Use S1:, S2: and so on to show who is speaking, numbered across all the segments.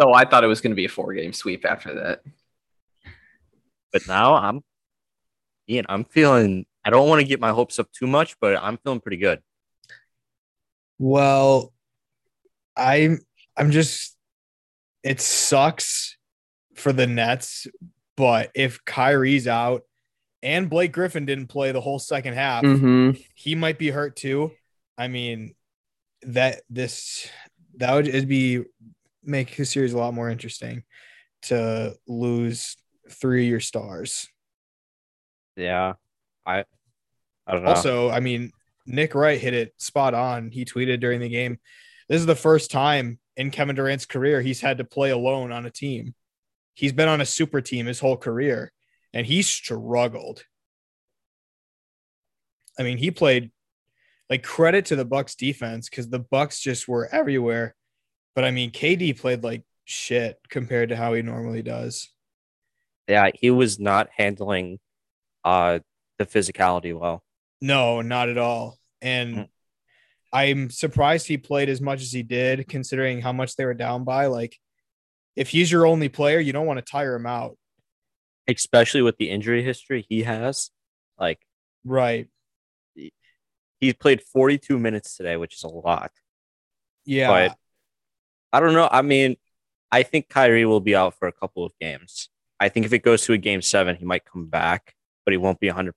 S1: So Oh, I thought it was going to be a four game sweep after that.
S2: But now I'm, Ian, I'm feeling. I don't want to get my hopes up too much, but I'm feeling pretty good.
S3: Well, I'm I'm just it sucks for the Nets, but if Kyrie's out and Blake Griffin didn't play the whole second half,
S1: Mm-hmm.
S3: he might be hurt too. I mean, that this that would it'd be make his series a lot more interesting to lose three of your stars.
S2: Yeah, I, I don't know.
S3: Also, I mean, Nick Wright hit it spot on. He tweeted during the game, "This is the first time in Kevin Durant's career he's had to play alone on a team. He's been on a super team his whole career, and he struggled. I mean, he played like credit to the Bucks defense because the Bucks just were everywhere. But I mean, KD played like shit compared to how he normally does.
S2: yeah, he was not handling, uh, the physicality well.
S3: No, not at all.
S2: Mm.
S3: And I'm surprised he played as much as he did, considering how much they were down by. Like, if he's your only player, you don't want to tire him out.
S2: especially with the injury history he has. Like
S3: Right.
S2: he played 42 minutes today, which is a lot.
S3: Yeah.
S2: But I don't know. I mean, I think Kyrie will be out for a couple of games. I think if it goes to a game seven, he might come back, but he won't be 100%.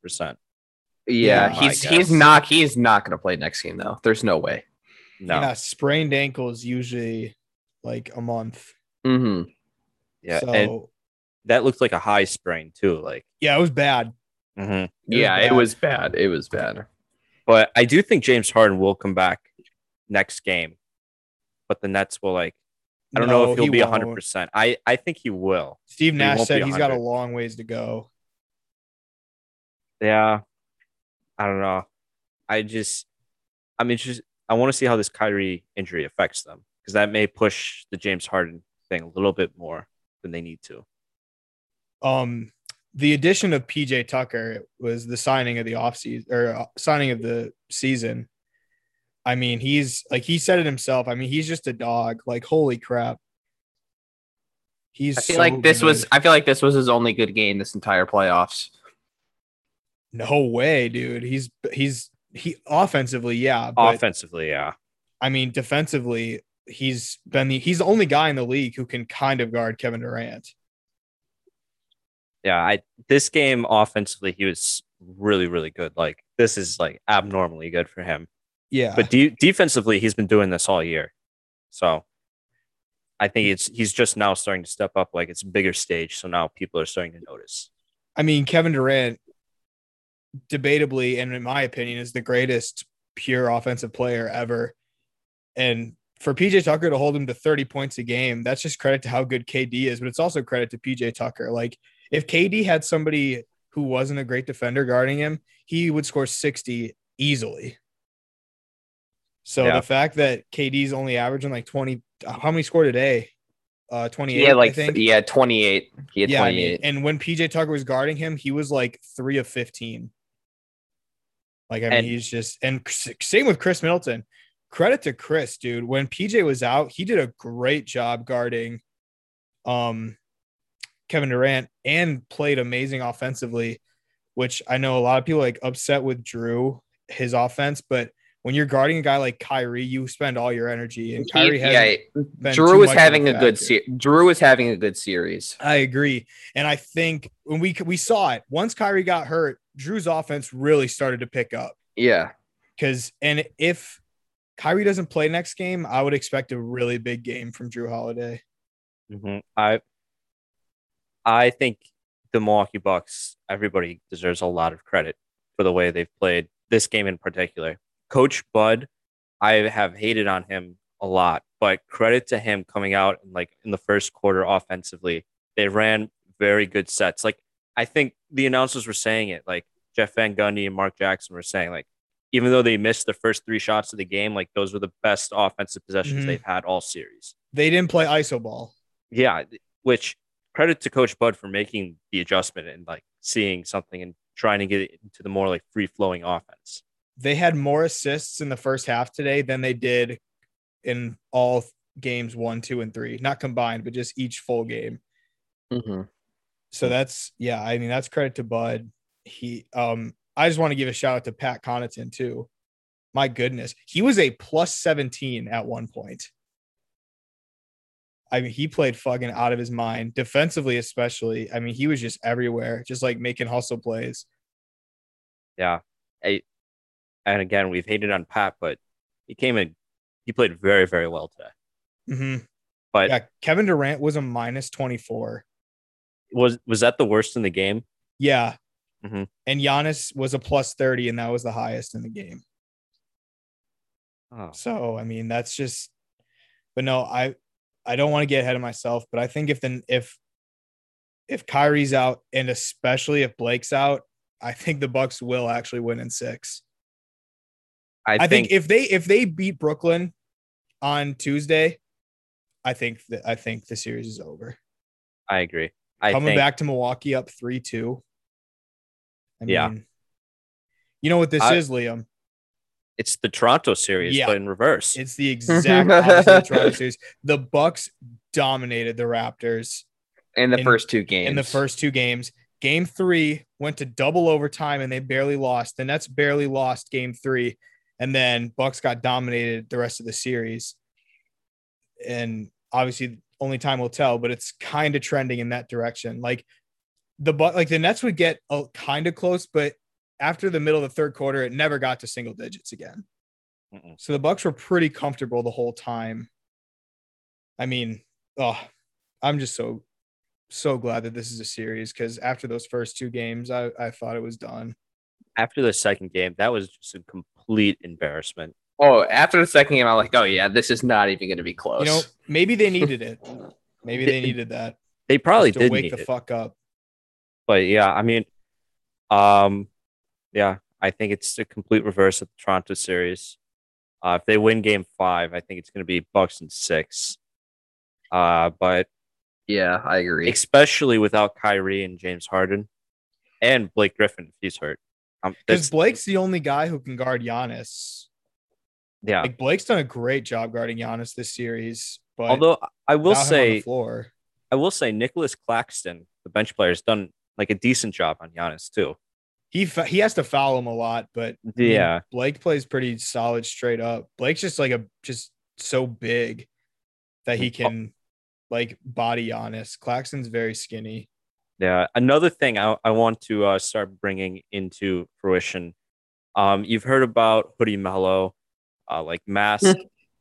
S1: Yeah,
S3: Yeah, I
S1: he's he's
S2: guess.
S1: not he's not going to play next game though. There's no way.
S2: No.
S3: Yeah. Sprained ankle is usually like a month.
S1: hmm
S2: Yeah.
S3: So,
S2: And that looked like a high sprain, too. Like,
S3: yeah, it was bad.
S2: mhm.
S3: It was
S1: yeah, it
S3: bad.
S1: was bad. It was bad.
S2: but I do think James Harden will come back next game, but the Nets will, like, I don't know
S3: No,
S2: if he'll
S3: he
S2: be
S3: won't.
S2: 100%. I, I think he will.
S3: Steve Nash
S2: won't be
S3: said he's got a
S2: 100.
S3: long ways to go.
S2: Yeah. I don't know. I just I'm interested I want to see how this Kyrie injury affects them because that may push the James Harden thing a little bit more than they need to.
S3: Um, the addition of PJ Tucker was the signing of the offseason or uh, signing of the season. I mean, he's like he said it himself. I mean, he's just a dog. Like, holy crap. He's
S1: I feel
S3: so
S1: like this was
S3: good.
S1: I feel like this was his only good game this entire playoffs.
S3: no way, dude. He's he's he offensively, yeah. But
S2: Offensively, yeah.
S3: I mean, defensively, he's been the he's the only guy in the league who can kind of guard Kevin Durant.
S2: Yeah, I this game offensively he was really really good. Like this is like abnormally good for him.
S3: Yeah.
S2: But de- defensively he's been doing this all year. So I think it's he's just now starting to step up like it's a bigger stage so now people are starting to notice.
S3: I mean, Kevin Durant, debatably, and in my opinion, is the greatest pure offensive player ever. And for PJ Tucker to hold him to 30 points a game, that's just credit to how good KD is, but it's also credit to PJ Tucker. Like, if KD had somebody who wasn't a great defender guarding him, he would score 60 easily. So
S2: Yeah.
S3: the fact that KD's only averaging like 20, how many scored today? Uh, 28.
S1: Yeah,
S3: I
S1: like
S3: think
S1: yeah, 28. He had
S3: yeah, I
S1: 28.
S3: mean, and when PJ Tucker was guarding him, he was like three of fifteen. Like I mean,
S2: And-
S3: he's just and s- same with Chris Middleton. Credit to Chris, dude. When PJ was out, he did a great job guarding, um, Kevin Durant and played amazing offensively, which I know a lot of people like upset with Drew his offense, but when you're guarding a guy like Kyrie, you spend all your energy, and
S1: He-
S3: Kyrie
S1: yeah,
S3: has been
S1: Drew
S3: too
S1: is
S3: much of
S1: having a good
S3: factor.
S1: se- Drew is having a good series.
S3: I agree, and I think when we we saw it once Kyrie got hurt, Drew's offense really started to pick up
S1: Yeah.
S3: because and if Kyrie doesn't play next game, I would expect a really big game from Drew Holiday.
S2: Mhm. I I think the Milwaukee Bucks, everybody deserves a lot of credit for the way they've played this game in particular. Coach Bud, I have hated on him a lot, but credit to him coming out and like in the first quarter offensively, they ran very good sets. Like I think the announcers were saying it, like Jeff Van Gundy and Mark Jackson were saying, like even though they missed the first three shots of the game, like those were the best offensive possessions
S3: Mhm.
S2: they've had all series.
S3: They didn't play iso ball.
S2: Yeah, th- which credit to Coach Bud for making the adjustment and like seeing something and trying to get it into the more like free flowing offense.
S3: They had more assists in the first half today than they did in all games one, two, and three, not combined, but just each full game.
S1: Mm-hmm.
S3: So that's yeah, I mean that's credit to Bud. He um I just want to give a shout out to Pat Connaughton too. My goodness, he was a plus 17 at one point. I mean, he played fucking out of his mind defensively, especially. I mean, he was just everywhere, just like making hustle plays.
S2: Yeah. I, and again, we've hated on Pat, but he came in, he played very, very well today.
S3: Mhm.
S2: But-
S3: yeah, Kevin Durant was a minus 24.
S2: Was was that the worst in the game?
S3: Yeah.
S2: Mhm.
S3: And Giannis was a plus 30, and that was the highest in the game.
S2: Oh.
S3: So I mean, that's just. But no, I I don't want to get ahead of myself. But I think if then if if Kyrie's out and especially if Blake's out, I think the Bucks will actually win in six.
S2: I,
S3: I,
S2: think,
S3: think, if they if they beat Brooklyn on Tuesday, I think that I think the series is over.
S2: I agree. I
S3: Coming
S2: think,
S3: back to Milwaukee up three two. I
S2: Yeah.
S3: mean, you know what this
S2: I-
S3: is, Liam.
S2: it's the Toronto series,
S3: Yeah.
S2: but in reverse.
S3: It's the exact opposite of the Toronto series. The Bucks dominated the Raptors.
S1: In the
S3: In-
S1: first two games.
S3: in the first two games. Game three went to double overtime and they barely lost. The Nets barely lost game three, and then Bucks got dominated the rest of the series. And obviously, only time will tell, but it's kind of trending in that direction. Like the but like the Nets would get a kind of close, but after the middle of the third quarter, it never got to single digits again.
S2: Mm-mm.
S3: So the Bucks were pretty comfortable the whole time. I mean, oh, I'm just so so glad that this is a series because after those first two games, I, I thought it was done.
S2: After the second game, that was just a complete embarrassment.
S1: Oh, after the second game, I'm like, oh yeah, this is not even going to be close.
S3: You know, maybe they needed it. Maybe they needed that.
S2: They probably
S3: just
S2: did
S3: to wake
S2: need
S3: the
S2: it.
S3: fuck up.
S2: but yeah, I mean, um, yeah, I think it's a complete reverse of the Toronto series. Uh, if they win Game Five, I think it's going to be Bucks and six. Uh, but
S1: yeah, I agree.
S2: especially without Kyrie and James Harden, and Blake Griffin if he's hurt. Um,
S3: Because
S2: that's-
S3: Blake's the only guy who can guard Giannis.
S2: yeah.
S3: Like Blake's done a great job guarding Giannis this series, but
S2: Although I will
S3: without him on the
S2: say,
S3: floor.
S2: I will say Nicholas Claxton, the bench player, has done like a decent job on Giannis too.
S3: He fa- he has to foul him a lot, but I mean,
S2: Yeah,
S3: Blake plays pretty solid straight up. Blake's just like a just so big that
S2: Oh.
S3: he can like body Giannis. Claxton's very skinny.
S2: Yeah. Another thing I, I want to uh, start bringing into fruition. Um, you've heard about Hoodie Mello, uh, like Mask,
S3: Oh,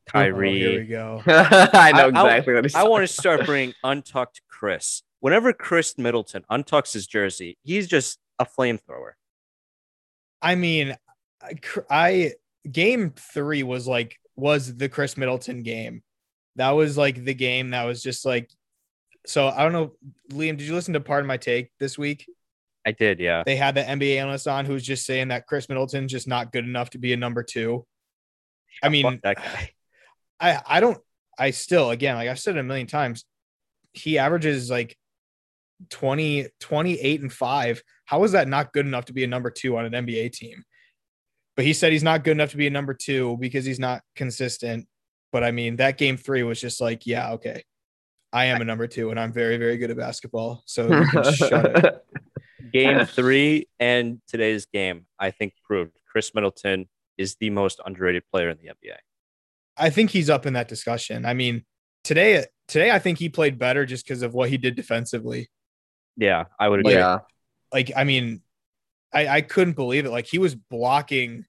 S2: Kyrie.
S3: here we go.
S1: I know
S2: I- I-
S1: exactly what he's.
S2: I want to start bringing Untucked Chris. Whenever Chris Middleton untucks his jersey, he's just a flamethrower.
S3: I mean, I, cr- I game three was like was the Chris Middleton game. That was like the game that was just like. So I don't know, Liam. Did you listen to part of my take this week?
S2: I did, yeah.
S3: They had the NBA analyst on who was just saying that Chris Middleton's just not good enough to be a number two. I mean,
S2: Fuck that guy.
S3: I I don't I still again like I've said it a million times he averages like 20 28 and 5 how is that not good enough to be a number 2 on an NBA team but he said he's not good enough to be a number 2 because he's not consistent but I mean that game 3 was just like yeah okay I am a number 2 and I'm very very good at basketball so you can shut it
S2: Game three and today's game, I think, proved Chris Middleton is the most underrated player in the NBA.
S3: I think he's up in that discussion I mean today today I think he played better just because of what he did defensively
S2: Yeah, I would agree.
S1: yeah,
S3: like I mean, I I couldn't believe it. Like he was blocking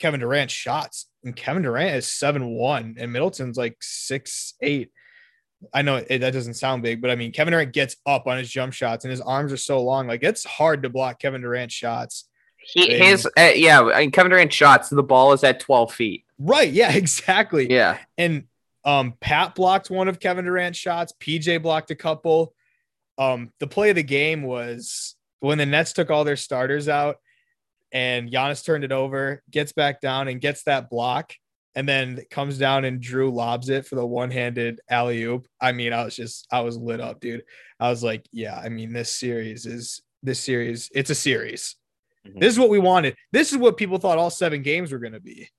S3: Kevin Durant's shots, and Kevin Durant is seven one, and Middleton's like six eight. I know it, that doesn't sound big, but I mean, Kevin Durant gets up on his jump shots, and his arms are so long, like it's hard to block Kevin Durant's shots.
S1: he, his uh, yeah. I mean, Kevin Durant shots. The ball is at 12 feet.
S3: Right? Yeah, exactly.
S1: Yeah,
S3: And um, Pat blocked one of Kevin Durant's shots. PJ blocked a couple. Um, the play of the game was when the Nets took all their starters out, and Giannis turned it over, gets back down and gets that block, and then comes down and Drew lobs it for the one-handed alley oop. I mean, I was just, I was lit up, dude. I was like, yeah. I mean, this series is this series. It's a series.
S2: Mhm.
S3: This is what we wanted. This is what people thought all seven games were going to be.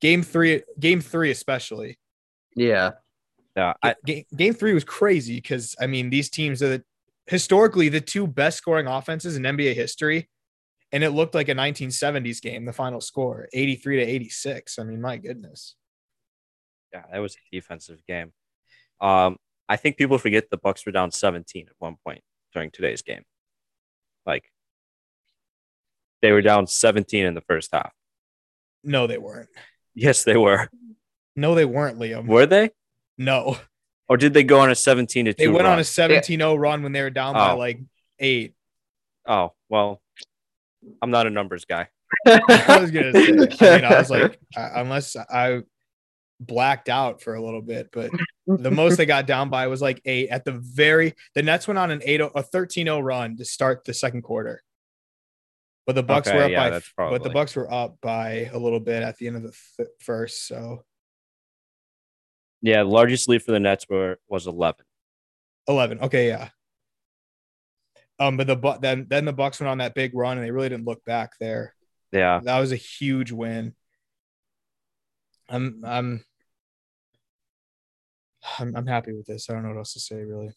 S3: Game three, game three especially
S1: yeah.
S2: Yeah, I,
S3: Ga- game three was crazy because I mean these teams are the, historically the two best scoring offenses in NBA history, and it looked like a 1970s game. The final score, 83 to 86. I mean, my goodness.
S2: yeah, that was a defensive game. Um, I think people forget the Bucks were down 17 at one point during today's game. Like they were down 17 in the first half.
S3: No, they weren't.
S2: Yes, they were.
S3: No, they weren't, Liam.
S2: Were they?
S3: No,
S2: Or did they go on a 17 to 2?
S3: they went
S2: run?
S3: on a 17-0 run when they were down by
S2: Oh.
S3: like eight.
S2: Oh, well, I'm not a numbers guy.
S3: I was gonna say. I mean, I was like, I- unless I blacked out for a little bit, but the most they got down by was like eight at the very the Nets went on an 8 a 13-0 run to start the second quarter. But the Bucks
S2: Okay,
S3: were up
S2: yeah,
S3: by
S2: that's
S3: but the
S2: probably-
S3: Bucks were up by a little bit at the end of the th- first, so
S2: Yeah, the largest lead for the Nets were was 11.
S3: 11. Okay, yeah. Um but the Bu- then then the Bucks went on that big run and they really didn't look back there.
S2: Yeah,
S3: That was a huge win. I'm I'm I'm, I'm happy with this. I don't know what else to say really.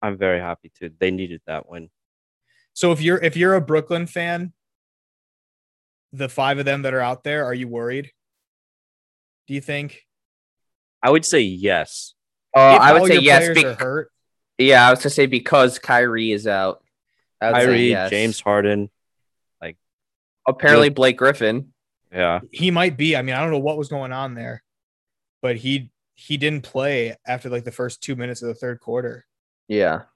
S2: I'm very happy too. They needed that win.
S3: So if you're if you're a Brooklyn fan, the five of them that are out there, are you worried? Do you think
S2: I would say yes.
S1: Oh,
S3: if
S1: I would
S3: all
S1: say
S3: your
S1: yes.
S3: players
S1: Be-
S3: are hurt.
S1: yeah, I was gonna say because Kyrie is out. I would say
S2: Kyrie,
S1: yes.
S2: James Harden.
S1: Apparently, Blake Griffin.
S2: Yeah.
S3: He might be. I mean, I don't know what was going on there, but he he didn't play after like the first two minutes of the third quarter.
S1: Yeah.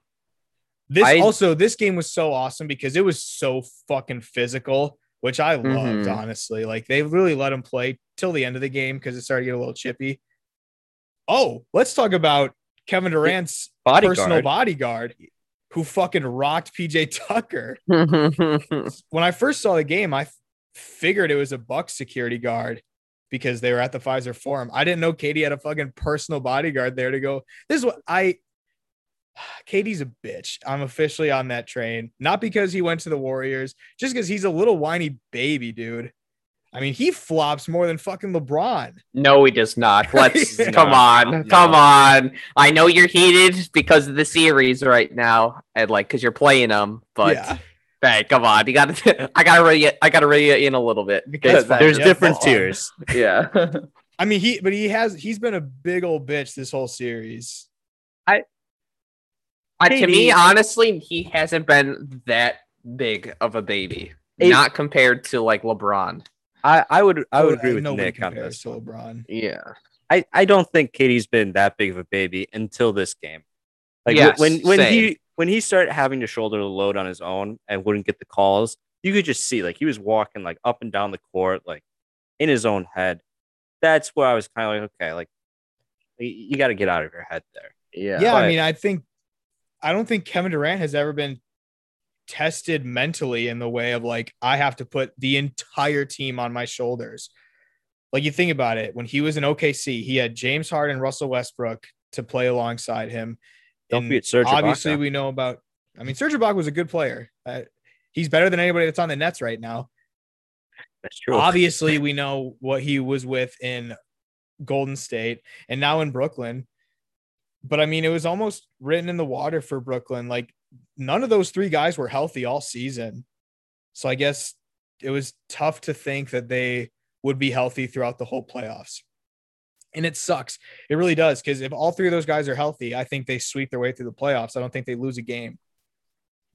S3: This
S2: I-
S3: also this game was so awesome because it was so fucking physical, which I
S2: Mm-hmm.
S3: loved
S1: Mhm.
S3: honestly. Like they really let him play till the end of the game because it started to get a little chippy. Oh, let's talk about Kevin Durant's
S2: Bodyguard.
S3: personal bodyguard who fucking rocked PJ Tucker. When I first saw the game, I f- figured it was a Bucks security guard because they were at the Pfizer Forum. I didn't know Katie had a fucking personal bodyguard there to go. This is what I. Katie's a bitch. I'm officially on that train. Not because he went to the Warriors, just because he's a little whiny baby, dude. I mean, he flops more than fucking LeBron.
S1: no, he does not. Let's
S2: No,
S1: come on,
S2: no.
S1: come on. I know you're heated because of the series right now, and like because you're playing them. But
S3: Yeah.
S1: hey, come on, you gotta. I gotta read. You, I gotta read you in a little bit
S2: There's,
S1: because
S3: fine.
S2: there's
S3: Yeah,
S2: different
S3: go on.
S2: tiers.
S1: yeah.
S3: I mean, he, but he has, he's been a big old bitch this whole series.
S1: Uh, to me,
S2: KD.
S1: honestly, he hasn't been that big of a baby.
S2: It-
S1: not compared to like LeBron.
S2: I, I would I would
S3: No-
S2: agree with
S3: nobody
S2: Nick on
S3: compares
S2: this.
S3: to LeBron.
S1: Yeah.
S2: I, I don't think Katie's been that big of a baby until this game. Like
S1: Yes,
S2: when when
S1: same.
S2: he when he started having to shoulder the load on his own and wouldn't get the calls, you could just see like he was walking like up and down the court like in his own head. That's where I was kind of like, okay, like y- you got to get out of your head there.
S1: Yeah.
S3: Yeah, I
S2: But-
S3: mean, I think I don't think Kevin Durant has ever been tested mentally in the way of like I have to put the entire team on my shoulders. Like you think about it, when he was in OKC, he had James Harden, Russell Westbrook to play alongside him.
S2: Don't
S3: And
S2: forget Serge
S3: obviously
S2: Ibaka.
S3: we know about. I mean, Serge Ibaka was a good player. Uh, he's better than anybody that's on the Nets right now.
S2: That's true.
S3: Obviously, we know what he was with in Golden State and now in Brooklyn. But I mean, it was almost written in the water for Brooklyn. Like none of those three guys were healthy all season. So I guess it was tough to think that they would be healthy throughout the whole playoffs. And it sucks. It really does. Cause if all three of those guys are healthy, I think they sweep their way through the playoffs. I don't think they lose a game.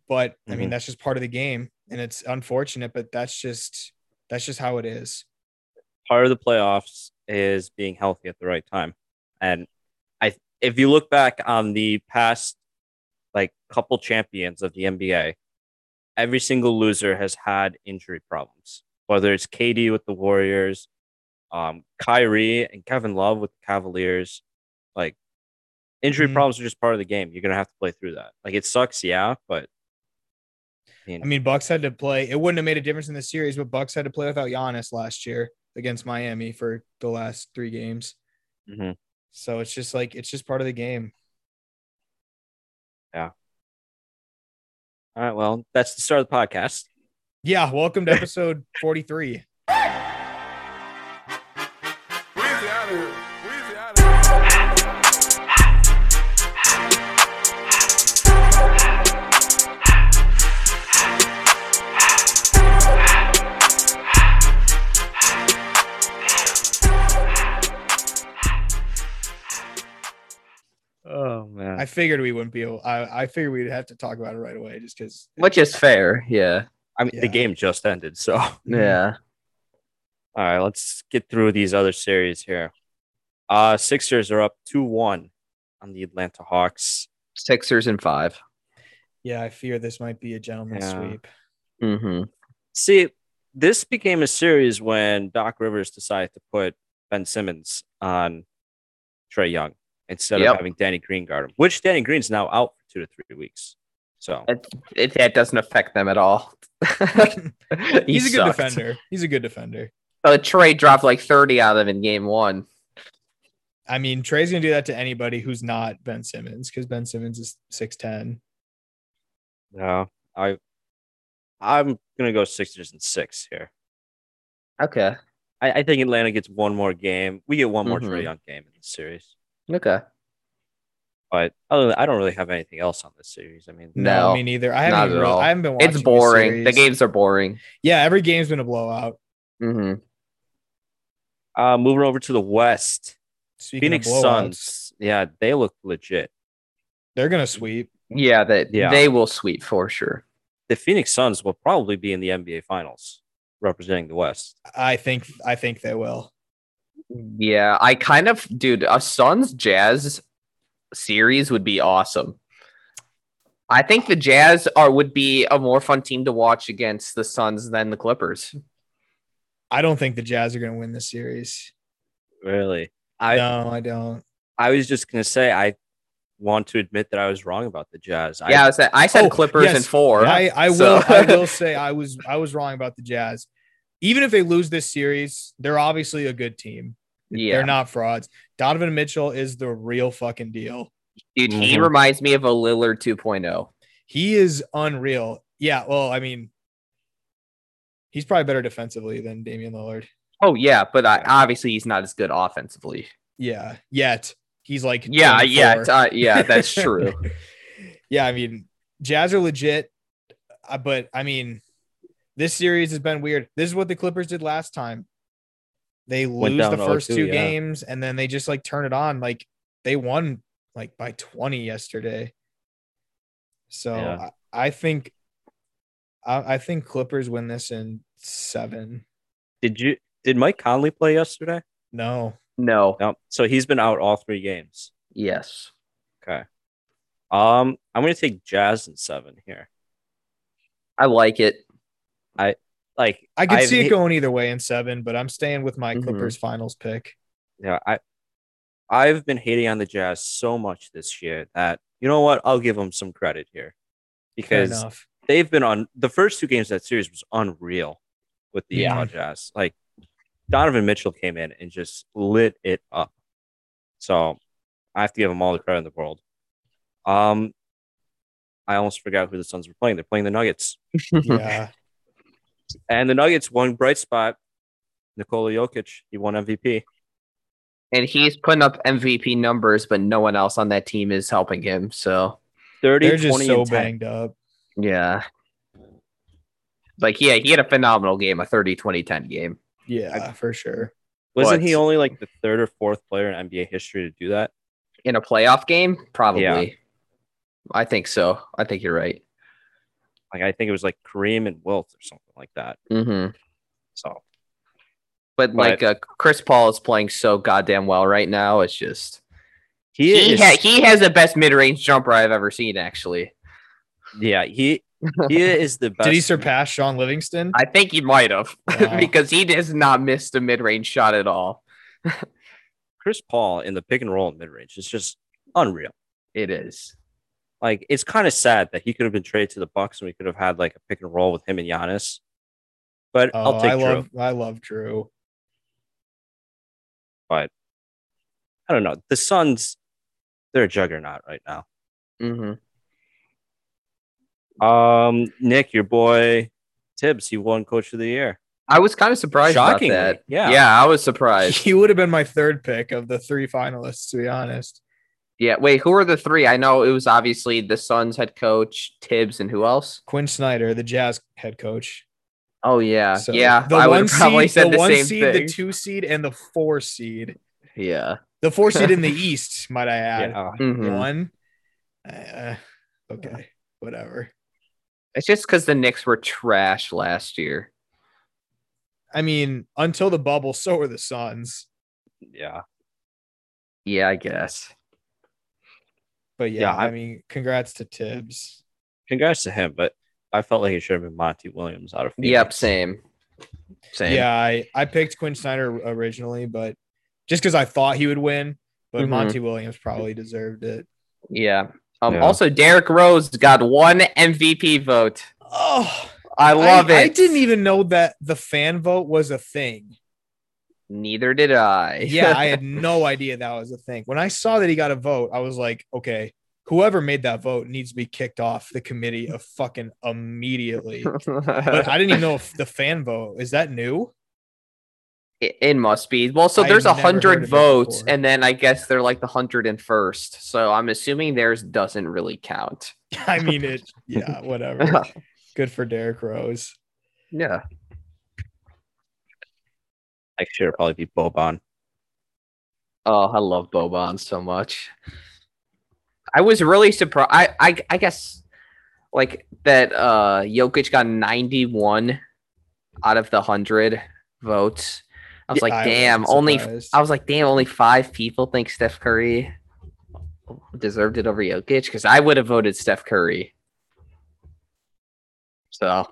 S3: But I mean,
S2: Mhm.
S3: that's just part of the game. And it's unfortunate, but that's just that's just how it is.
S2: part of the playoffs is being healthy at the right time. And I if you look back on the past like couple champions of the NBA, every single loser has had injury problems. Whether it's KD with the Warriors, um, Kyrie and Kevin Love with the Cavaliers, like injury
S3: Mhm.
S2: problems are just part of the game. You're gonna have to play through that. Like it sucks, yeah, but
S3: I mean, Bucks had to play. It wouldn't have made a difference in the series, but Bucks had to play without Giannis last year against Miami for the last three games.
S2: Mhm.
S3: So it's just like it's just part of the game.
S2: all right, well, that's the start of the podcast.
S3: Yeah, welcome to episode 43.
S4: Weezy out of here. Weezy out of here.
S2: Oh man.
S3: I figured we wouldn't be. Able, I I figured we'd have to talk about it right away, just because.
S1: which is fair. Yeah.
S2: I mean, the
S3: Yeah.
S2: game just ended, so all
S1: Yeah.
S2: right, let's get through these other series here. Uh Sixers are up two one on the Atlanta Hawks.
S1: Sixers and five.
S3: Yeah, I fear this might be a gentleman's
S2: Yeah.
S3: sweep.
S1: Mm-hmm.
S2: See, this became a series when Doc Rivers decided to put Ben Simmons on Trey Young instead
S1: Yep.
S2: of having Danny Green guard him, which Danny Green's now out for two to three weeks. So
S1: It, that doesn't affect them at all. He
S3: He's a good
S1: sucked.
S3: defender. He's a good defender.
S1: Uh, Trey dropped like 30 out of him in game one.
S3: I mean, Trey's gonna do that to anybody who's not Ben Simmons because Ben Simmons is six ten.
S2: no, I I'm gonna go Sixers and six here.
S1: Okay.
S2: I, I think Atlanta gets one more game. We get one more
S1: Mhm.
S2: Trey Young game in this series.
S1: Okay.
S2: But other than, I don't really have anything else on this series. I mean,
S1: No,
S3: me neither. I
S1: not
S3: haven't.
S1: at
S3: Even really,
S1: all.
S3: I haven't been. Watching
S1: It's
S3: this
S1: boring. The
S3: series.
S1: games are boring.
S3: Yeah, every game's been a blowout.
S1: Mm-hmm.
S2: uh, moving over to the West,
S3: Speaking
S2: Phoenix
S3: of blowouts,
S2: Suns. Yeah, they look legit.
S3: they're gonna sweep.
S1: Yeah, that
S2: Yeah.
S1: they will sweep for sure.
S2: The Phoenix Suns will probably be in the NBA Finals, representing the West.
S3: I think. I think they will.
S1: Yeah, I kind of dude, a Suns Jazz series would be awesome. I think the Jazz are would be a more fun team to watch against the Suns than the Clippers.
S3: I don't think the Jazz are gonna win this series.
S2: Really, I
S3: no, I don't.
S2: I was just gonna say I want to admit that I was wrong about the Jazz.
S1: yeah, I, was, I said
S3: Oh,
S1: Clippers
S3: yes.
S1: in four.
S3: I, I
S1: So-
S3: will I will say I was I was wrong about the Jazz. Even if they lose this series, they're obviously a good team.
S1: yeah,
S3: They're not frauds. Donovan Mitchell is the real fucking deal.
S1: dude, he
S2: Mhm.
S1: reminds me of a Lillard oh. 2.0.
S3: He is unreal. Yeah, well, I mean, he's probably better defensively than Damian Lillard.
S1: Oh yeah, but I, obviously he's not as good offensively.
S3: Yeah, yet he's like
S1: Yeah,
S3: 24.
S1: yeah, it's, uh, yeah, that's true.
S3: yeah, I mean, Jazz are legit, uh, but I mean, this series has been weird. This is what the Clippers did last time. They
S2: Went
S3: lose the
S2: down
S3: first
S2: 0-2,
S3: two
S2: yeah.
S3: games and then they just like turn it on. Like they won like by 20 yesterday. So
S2: Yeah.
S3: I, I think I, I think Clippers win this in seven.
S2: Did you did Mike Conley play yesterday?
S3: No.
S1: no,
S2: No. So he's been out all three games.
S1: yes,
S2: Okay. Um, I'm gonna take Jazz and seven here.
S1: I like it.
S2: Like
S3: I could
S2: I've
S3: see it
S2: hit- Mm-hmm.
S3: going either way in seven, but I'm staying with my
S1: Mhm.
S3: Clippers finals pick.
S2: Yeah, I I've been hating on the Jazz so much this year that you know what? I'll give them some credit here
S3: Fair
S2: because
S3: enough.
S2: they've been on the first two games of that series was unreal with the
S3: Yeah.
S2: Utah Jazz. Like Donovan Mitchell came in and just lit it up. So I have to give them all the credit in the world. Um, I almost forgot who the Suns were playing. They're playing the Nuggets,
S3: Yeah.
S2: and the Nuggets one bright spot. Nikola Jokic, he won MVP.
S1: and he's putting up MVP numbers, but no one else on that team is helping him. So
S2: 30,
S3: They're just
S2: 20,
S3: so
S2: and 10.
S3: banged up.
S1: yeah. Like yeah, he had a phenomenal game, a 30 20 10 game.
S3: Yeah, for sure.
S2: Wasn't he
S1: But-
S2: only like the third or fourth player in NBA history to do that?
S1: In a playoff game? Probably.
S2: Yeah.
S1: I think so. I think you're right.
S2: Like I think it was like Kareem and Wilt or something like that.
S1: hmm
S2: So
S1: But like uh, Chris Paul is playing so goddamn well right now. It's just
S2: he,
S1: he,
S2: is,
S1: ha- he has the best mid range jumper I've ever seen. Actually,
S2: yeah, he he is the best.
S3: Did he surpass Sean Livingston?
S1: I think he might have
S3: Wow.
S1: because he has not missed a mid range shot at all.
S2: Chris Paul in the pick and roll and mid range is just unreal.
S1: It is.
S2: Like it's kind of sad that he could have been traded to the Bucks and we could have had like a pick and roll with him and Giannis. But
S3: Oh,
S2: I'll take
S3: I
S2: Drew.
S3: love I love Drew.
S2: I don't know. The Suns, they're a juggernaut right now.
S1: hmm
S2: Um, Nick, your boy Tibbs, he won Coach of the Year.
S1: I was kind of surprised
S2: Shockingly,
S1: about that.
S2: yeah.
S1: yeah, I was surprised.
S3: He would have been my third pick of the three finalists, to be honest.
S1: Yeah, wait, who are the three? I know it was obviously the Suns head coach, Tibbs, and who else?
S3: Quinn Snyder, the Jazz head coach.
S1: Oh yeah,
S3: So
S1: yeah.
S3: the
S1: I would
S3: one
S1: have probably
S3: seed,
S1: said
S3: the,
S1: the,
S3: one
S1: same
S3: seed,
S1: thing.
S3: the two seed, and the four seed.
S1: yeah,
S3: The four seed in the East, might I add.
S2: Yeah.
S1: Mhm.
S3: One. Uh, okay, whatever.
S1: It's just because the Knicks were trash last year.
S3: I mean, until the bubble, so were the Suns.
S2: Yeah.
S1: Yeah, I guess.
S3: But yeah,
S2: Yeah,
S3: I,
S2: I-
S3: mean, congrats to Tibbs.
S2: Congrats to him, but I felt like it should have been Monty Williams out of
S1: Yep,
S2: Phoenix.
S1: same. Same.
S3: Yeah, I, I picked Quinn Snyder originally, but just because I thought he would win, but
S1: Mhm.
S3: Monty Williams probably deserved it.
S1: Yeah. Um,
S2: Yeah.
S1: Also, Derek Rose got one MVP vote.
S3: Oh,
S1: I love it.
S3: I didn't even know that the fan vote was a thing.
S1: Neither did I.
S3: Yeah, I had no idea that was a thing. When I saw that he got a vote, I was like, okay, whoever made that vote needs to be kicked off the committee of fucking immediately. But I didn't even know if the fan vote is that new.
S1: it, it must be. Well, so
S3: I've
S1: there's a
S3: never heard of
S1: hundred
S3: it
S1: votes,
S3: before.
S1: and then I guess they're like the hundred and first. So I'm assuming theirs doesn't really count.
S3: I mean it. Yeah, whatever. Good for Derrick Rose.
S1: yeah.
S2: Next year it'll probably be Boban.
S1: Oh, I love Boban so much. I was really surprised. I, I I guess like that uh Jokic got 91 out of the 100 votes. I was like,
S3: I
S1: damn,
S3: wasn't
S1: only
S3: surprised.
S1: I was like, damn, only 5 people think Steph Curry deserved it over Jokic cuz I would have voted Steph Curry. So,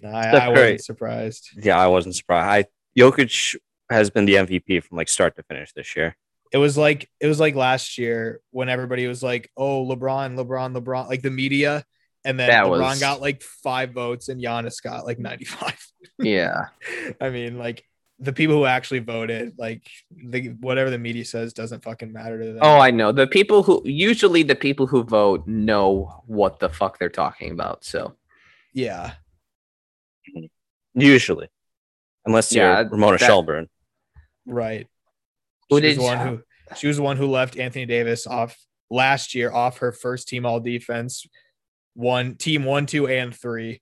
S3: No, I,
S2: Steph
S3: I
S2: Curry.
S3: wasn't surprised.
S2: Yeah, I wasn't surprised. I Jokic has been the MVP from like start to finish this year.
S3: It was like it was like last year when everybody was like, "Oh, LeBron, LeBron, LeBron," like the media, and then
S1: That
S3: LeBron
S1: was-
S3: got like five votes and Giannis got like ninety-five.
S1: yeah.
S3: I mean, like the people who actually voted, like the whatever the media says doesn't fucking matter to them.
S1: Oh, I know. The people who usually the people who vote know what the fuck they're talking about. So,
S3: yeah,
S2: Usually. Unless you're
S1: Yeah,
S2: Ramona
S1: that-
S2: Shelburne.
S3: right.
S1: Who
S3: she was
S1: did-
S3: the one who she was the one who left Anthony Davis off last year off her first team all defense, one team one, two, and three.
S2: She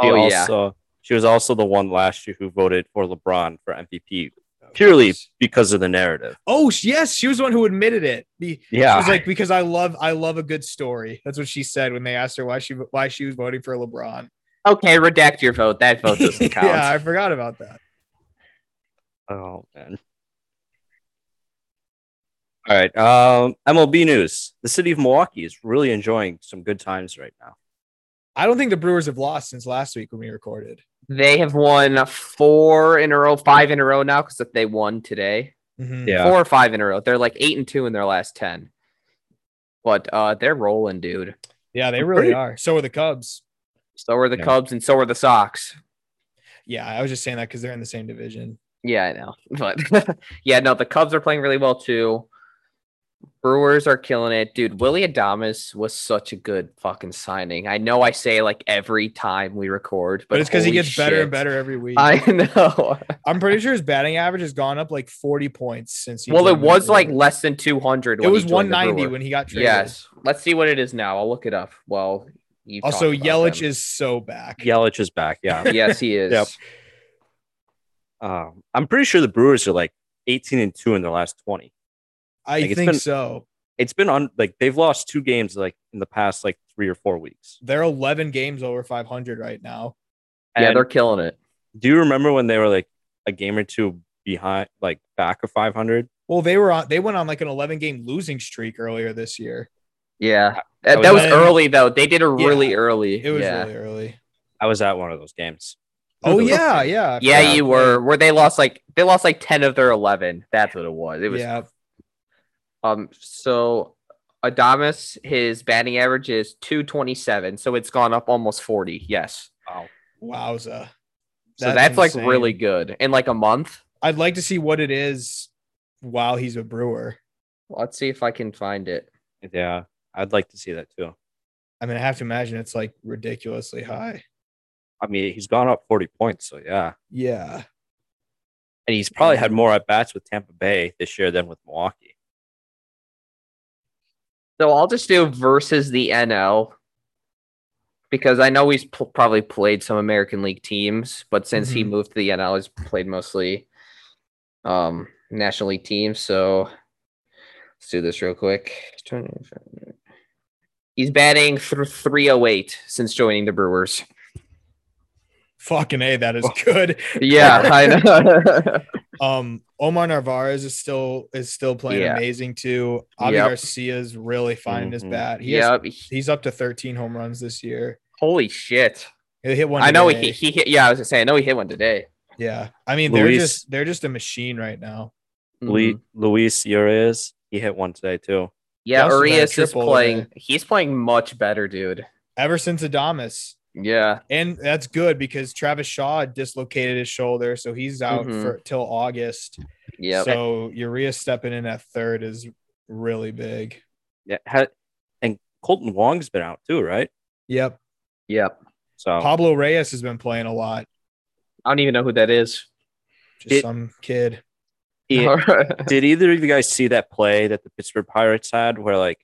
S1: Oh, yeah.
S2: also, She was also the one last year who voted for LeBron for MVP purely uh, because of the narrative.
S3: Oh sh- yes, she was the one who admitted it. The, she
S2: Yeah.
S3: was like, because I love I love a good story. That's what she said when they asked her why she why she was voting for LeBron.
S1: Okay, redact your vote. That vote doesn't count.
S3: yeah, I forgot about that.
S2: Oh man. All right. Um, MLB news. The city of Milwaukee is really enjoying some good times right now.
S3: I don't think the Brewers have lost since last week when we recorded.
S1: They have won four in a row, five in a row now because they won today.
S3: Mhm.
S2: Yeah.
S1: Four or five in a row. They're like eight and two in their last ten. But uh, they're rolling, dude.
S3: Yeah, they
S2: I'm
S3: really
S2: pretty-
S3: are. So are the Cubs.
S1: So are the
S2: Yeah.
S1: Cubs and so are the Sox.
S3: Yeah, I was just saying that because they're in the same division.
S1: Yeah, I know. But yeah, no, the Cubs are playing really well too. Brewers are killing it, dude. Willie Adamas was such a good fucking signing. I know I say like every time we record, but,
S3: But, it's because he
S1: holy
S3: gets better and
S1: shit.
S3: better every week. I,
S1: I know.
S3: am pretty sure his batting average has gone up like 40 points since. He
S1: Well, it
S3: joined the
S1: was like
S3: Brewers.
S1: less than 200.
S3: it
S1: when he
S3: was
S1: joined the
S3: 190
S1: Brewer.
S3: when he got traded.
S1: Yes. Let's see what it is now. I'll look it up. Well, you
S3: Also,
S1: talk about
S3: Yelich
S1: them.
S3: is so back.
S2: Yelich is back. Yeah.
S1: yes, he is.
S2: Yep. Um, I'm pretty sure the Brewers are like 18 and two in their last 20.
S3: I
S2: Like, it's
S3: think
S2: been-
S3: so.
S2: It's been on like they've lost two games like in the past like three or four weeks.
S3: They're 11 games over 500 right now.
S1: Yeah,
S2: And
S1: they're killing it.
S2: do you remember when they were like a game or two behind, like back of 500?
S3: Well, they were on. They went on like an 11 game losing streak earlier this year.
S1: Yeah. That,
S2: That was-
S1: that was
S3: And-
S1: early, though. They did it really
S3: Yeah,
S1: early.
S3: It was
S1: yeah.
S3: really early.
S2: I was at one of those games.
S3: Oh yeah, yeah. I
S1: yeah,
S3: forgot.
S1: you were. Where they lost like they lost like 10 of their 11. That's what it was. It was
S3: yeah,
S1: um so Adamas his batting average is 227, so it's gone up almost 40. Yes.
S3: wowza.
S1: So that's, like
S3: insane.
S1: really good. In like a month.
S3: I'd like to see what it is while he's a brewer.
S1: Let's see if I can find it.
S2: Yeah. I'd like to see that too.
S3: I mean, I have to imagine it's like ridiculously high.
S2: I mean, he's gone up 40 points. So, yeah.
S3: Yeah.
S2: And he's probably had more at bats with Tampa Bay this year than with Milwaukee.
S1: So I'll just do versus the NL because I know he's pl- probably played some American League teams, but since he
S3: Mhm.
S1: moved to the NL, he's played mostly um National League teams. So let's do this real quick. 25. He's batting th- 308 since joining the Brewers.
S3: Fucking A, that is good.
S1: Yeah, I know.
S3: Um, Omar Narvaez is still is still playing
S1: Yeah.
S3: amazing too. Avi
S1: Yep. Mm-hmm.
S3: Garcia is really finding his
S2: Mhm.
S3: bat. He has,
S1: yep.
S3: he's up to 13 home runs this year.
S1: Holy shit.
S3: He hit one.
S1: I know
S3: today.
S1: he, he hit. Yeah, I was gonna say, I know he hit one today.
S3: Yeah, I mean
S2: Luis-
S3: they're just they're just a machine right now.
S1: Mhm.
S3: Mm-hmm.
S2: Lu- Luis Urias, he hit one today too.
S1: Yeah,
S3: Nelson had a
S1: Arias is
S3: triple
S1: playing.
S3: today.
S1: He's playing much better, dude.
S3: Ever since Adamas,
S1: Yeah.
S3: and that's good because Travis Shaw dislocated his shoulder, so he's out
S2: Mm-hmm.
S1: Mhm.
S3: for till August.
S1: Yeah.
S3: So Urea stepping in at third is really big.
S2: Yeah, ha- and Colton Wong's been out too, right?
S3: Yep.
S1: yep.
S2: So
S3: Pablo Reyes has been playing a lot.
S1: I don't even know who that is.
S3: Just
S2: It-
S3: some kid.
S2: Yeah. Did either of you guys see that play that the Pittsburgh Pirates had where like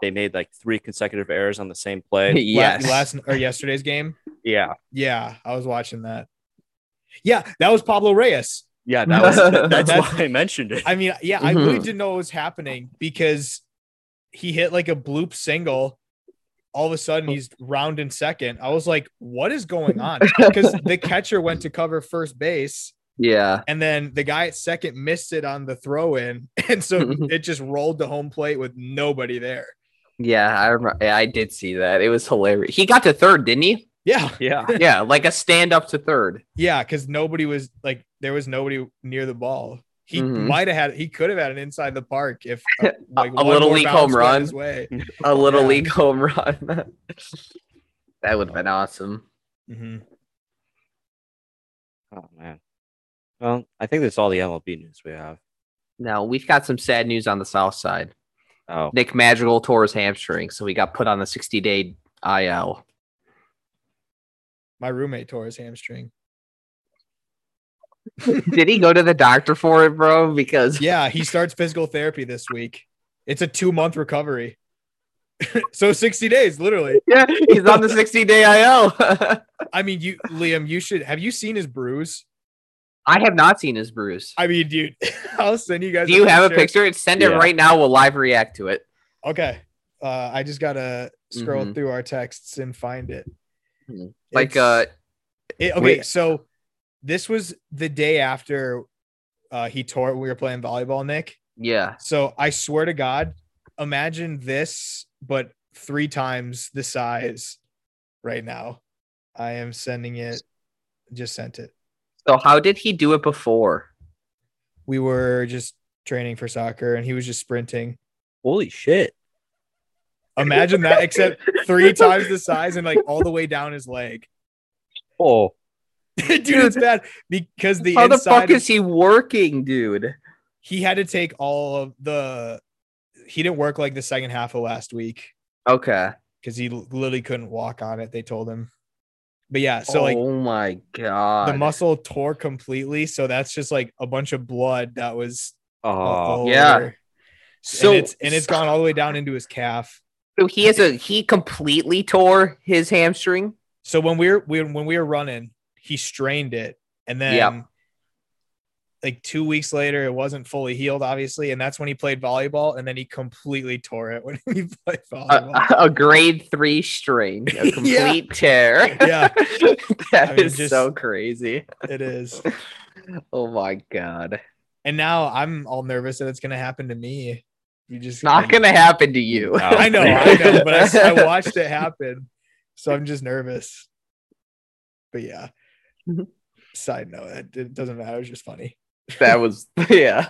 S2: they made like three consecutive errors on the same play?
S3: La-
S1: yes.
S3: Last or yesterday's game.
S2: yeah.
S3: Yeah, I was watching that. Yeah, that was Pablo Reyes.
S2: Yeah, that was that's,
S3: That's-
S2: why I mentioned it.
S3: I mean, yeah, I really
S1: Mhm.
S3: didn't know what was happening because he hit like a bloop single. All of a sudden, he's round in second. I was like, what is going on? Because the catcher went to cover first base,
S1: yeah.
S3: and then the guy at second missed it on the throw in. And so
S1: Mm-hmm.
S3: it just rolled to home plate with nobody there.
S1: Yeah. I remember. I did see that. It was hilarious. He got to third, didn't he?
S3: Yeah.
S2: yeah.
S1: yeah, like a stand up to third.
S3: Yeah, because nobody was like there was nobody near the ball. He
S1: Mhm.
S3: might have had he could have had it inside the park if uh, like
S1: A
S3: one
S1: little
S3: more
S1: leak
S3: bounce
S1: home
S3: went
S1: run.
S3: his way.
S1: A little
S3: Yeah.
S1: league home run. that would have been awesome.
S3: Mhm.
S2: Oh man. Well, I think that's all the MLB news we have.
S1: Now we've got some sad news on the south side.
S2: Oh,
S1: Nick Madrigal tore his hamstring, so he got put on the 60 day IL.
S3: My roommate tore his hamstring.
S1: Did he go to the doctor for it, bro? Because
S3: Yeah, he starts physical therapy this week. It's a two month recovery. so 60 days, literally.
S1: yeah, he's on the 60 day IL.
S3: I mean, you Liam, you should have you seen his bruise?
S1: I have not seen his bruise.
S3: I mean, dude, I'll send you guys
S1: Do you have a picture? Send it
S2: Yeah.
S1: right now. We'll live react to it.
S3: Okay. Uh, I just gotta scroll
S1: Mhm.
S3: through our texts and find it.
S1: Mhm. Like,
S3: It's-
S1: uh,
S3: It- okay,
S2: Wait.
S3: so this was the day after uh, he tore it when we were playing volleyball, Nick.
S1: yeah,
S3: So I swear to God, imagine this, but three times the size right now. I am sending it. Just sent it.
S1: so how did he do it before?
S3: We were just training for soccer and he was just sprinting.
S2: holy shit.
S3: Imagine that, except three times the size and like all the way down his leg.
S2: Oh,
S3: Dude, it's bad because the
S1: how the
S3: inside
S1: fuck
S3: is
S1: is he working, dude?
S3: he had to take all of the he didn't work like the second half of last week
S1: Okay.
S3: because he l- literally couldn't walk on it they told him but yeah so like
S1: oh my
S3: the
S1: god.
S3: muscle tore completely so that's just like a bunch of blood that was all
S2: oh,
S3: over.
S1: yeah.
S3: And
S1: so
S3: it's and it's gone all the way down into his calf
S1: So he has a he completely tore his hamstring.
S3: so when we were we, when we were running he strained it and then
S1: Yep.
S3: like two weeks later it wasn't fully healed obviously and that's when he played volleyball and then he completely tore it when he played volleyball
S1: A, a grade three strain, a complete tear.
S3: Yeah.
S1: that is
S3: I mean, just-
S1: so crazy.
S3: it is
S1: Oh my god.
S3: And now I'm all nervous that it's gonna happen to me. You just
S1: It's not gonna happen to you.
S2: No.
S3: I know, I know, but I, s- I watched it happen, so I'm just nervous. But yeah.
S1: Mhm.
S3: Side note, it, it doesn't matter. It's just funny.
S1: That was yeah.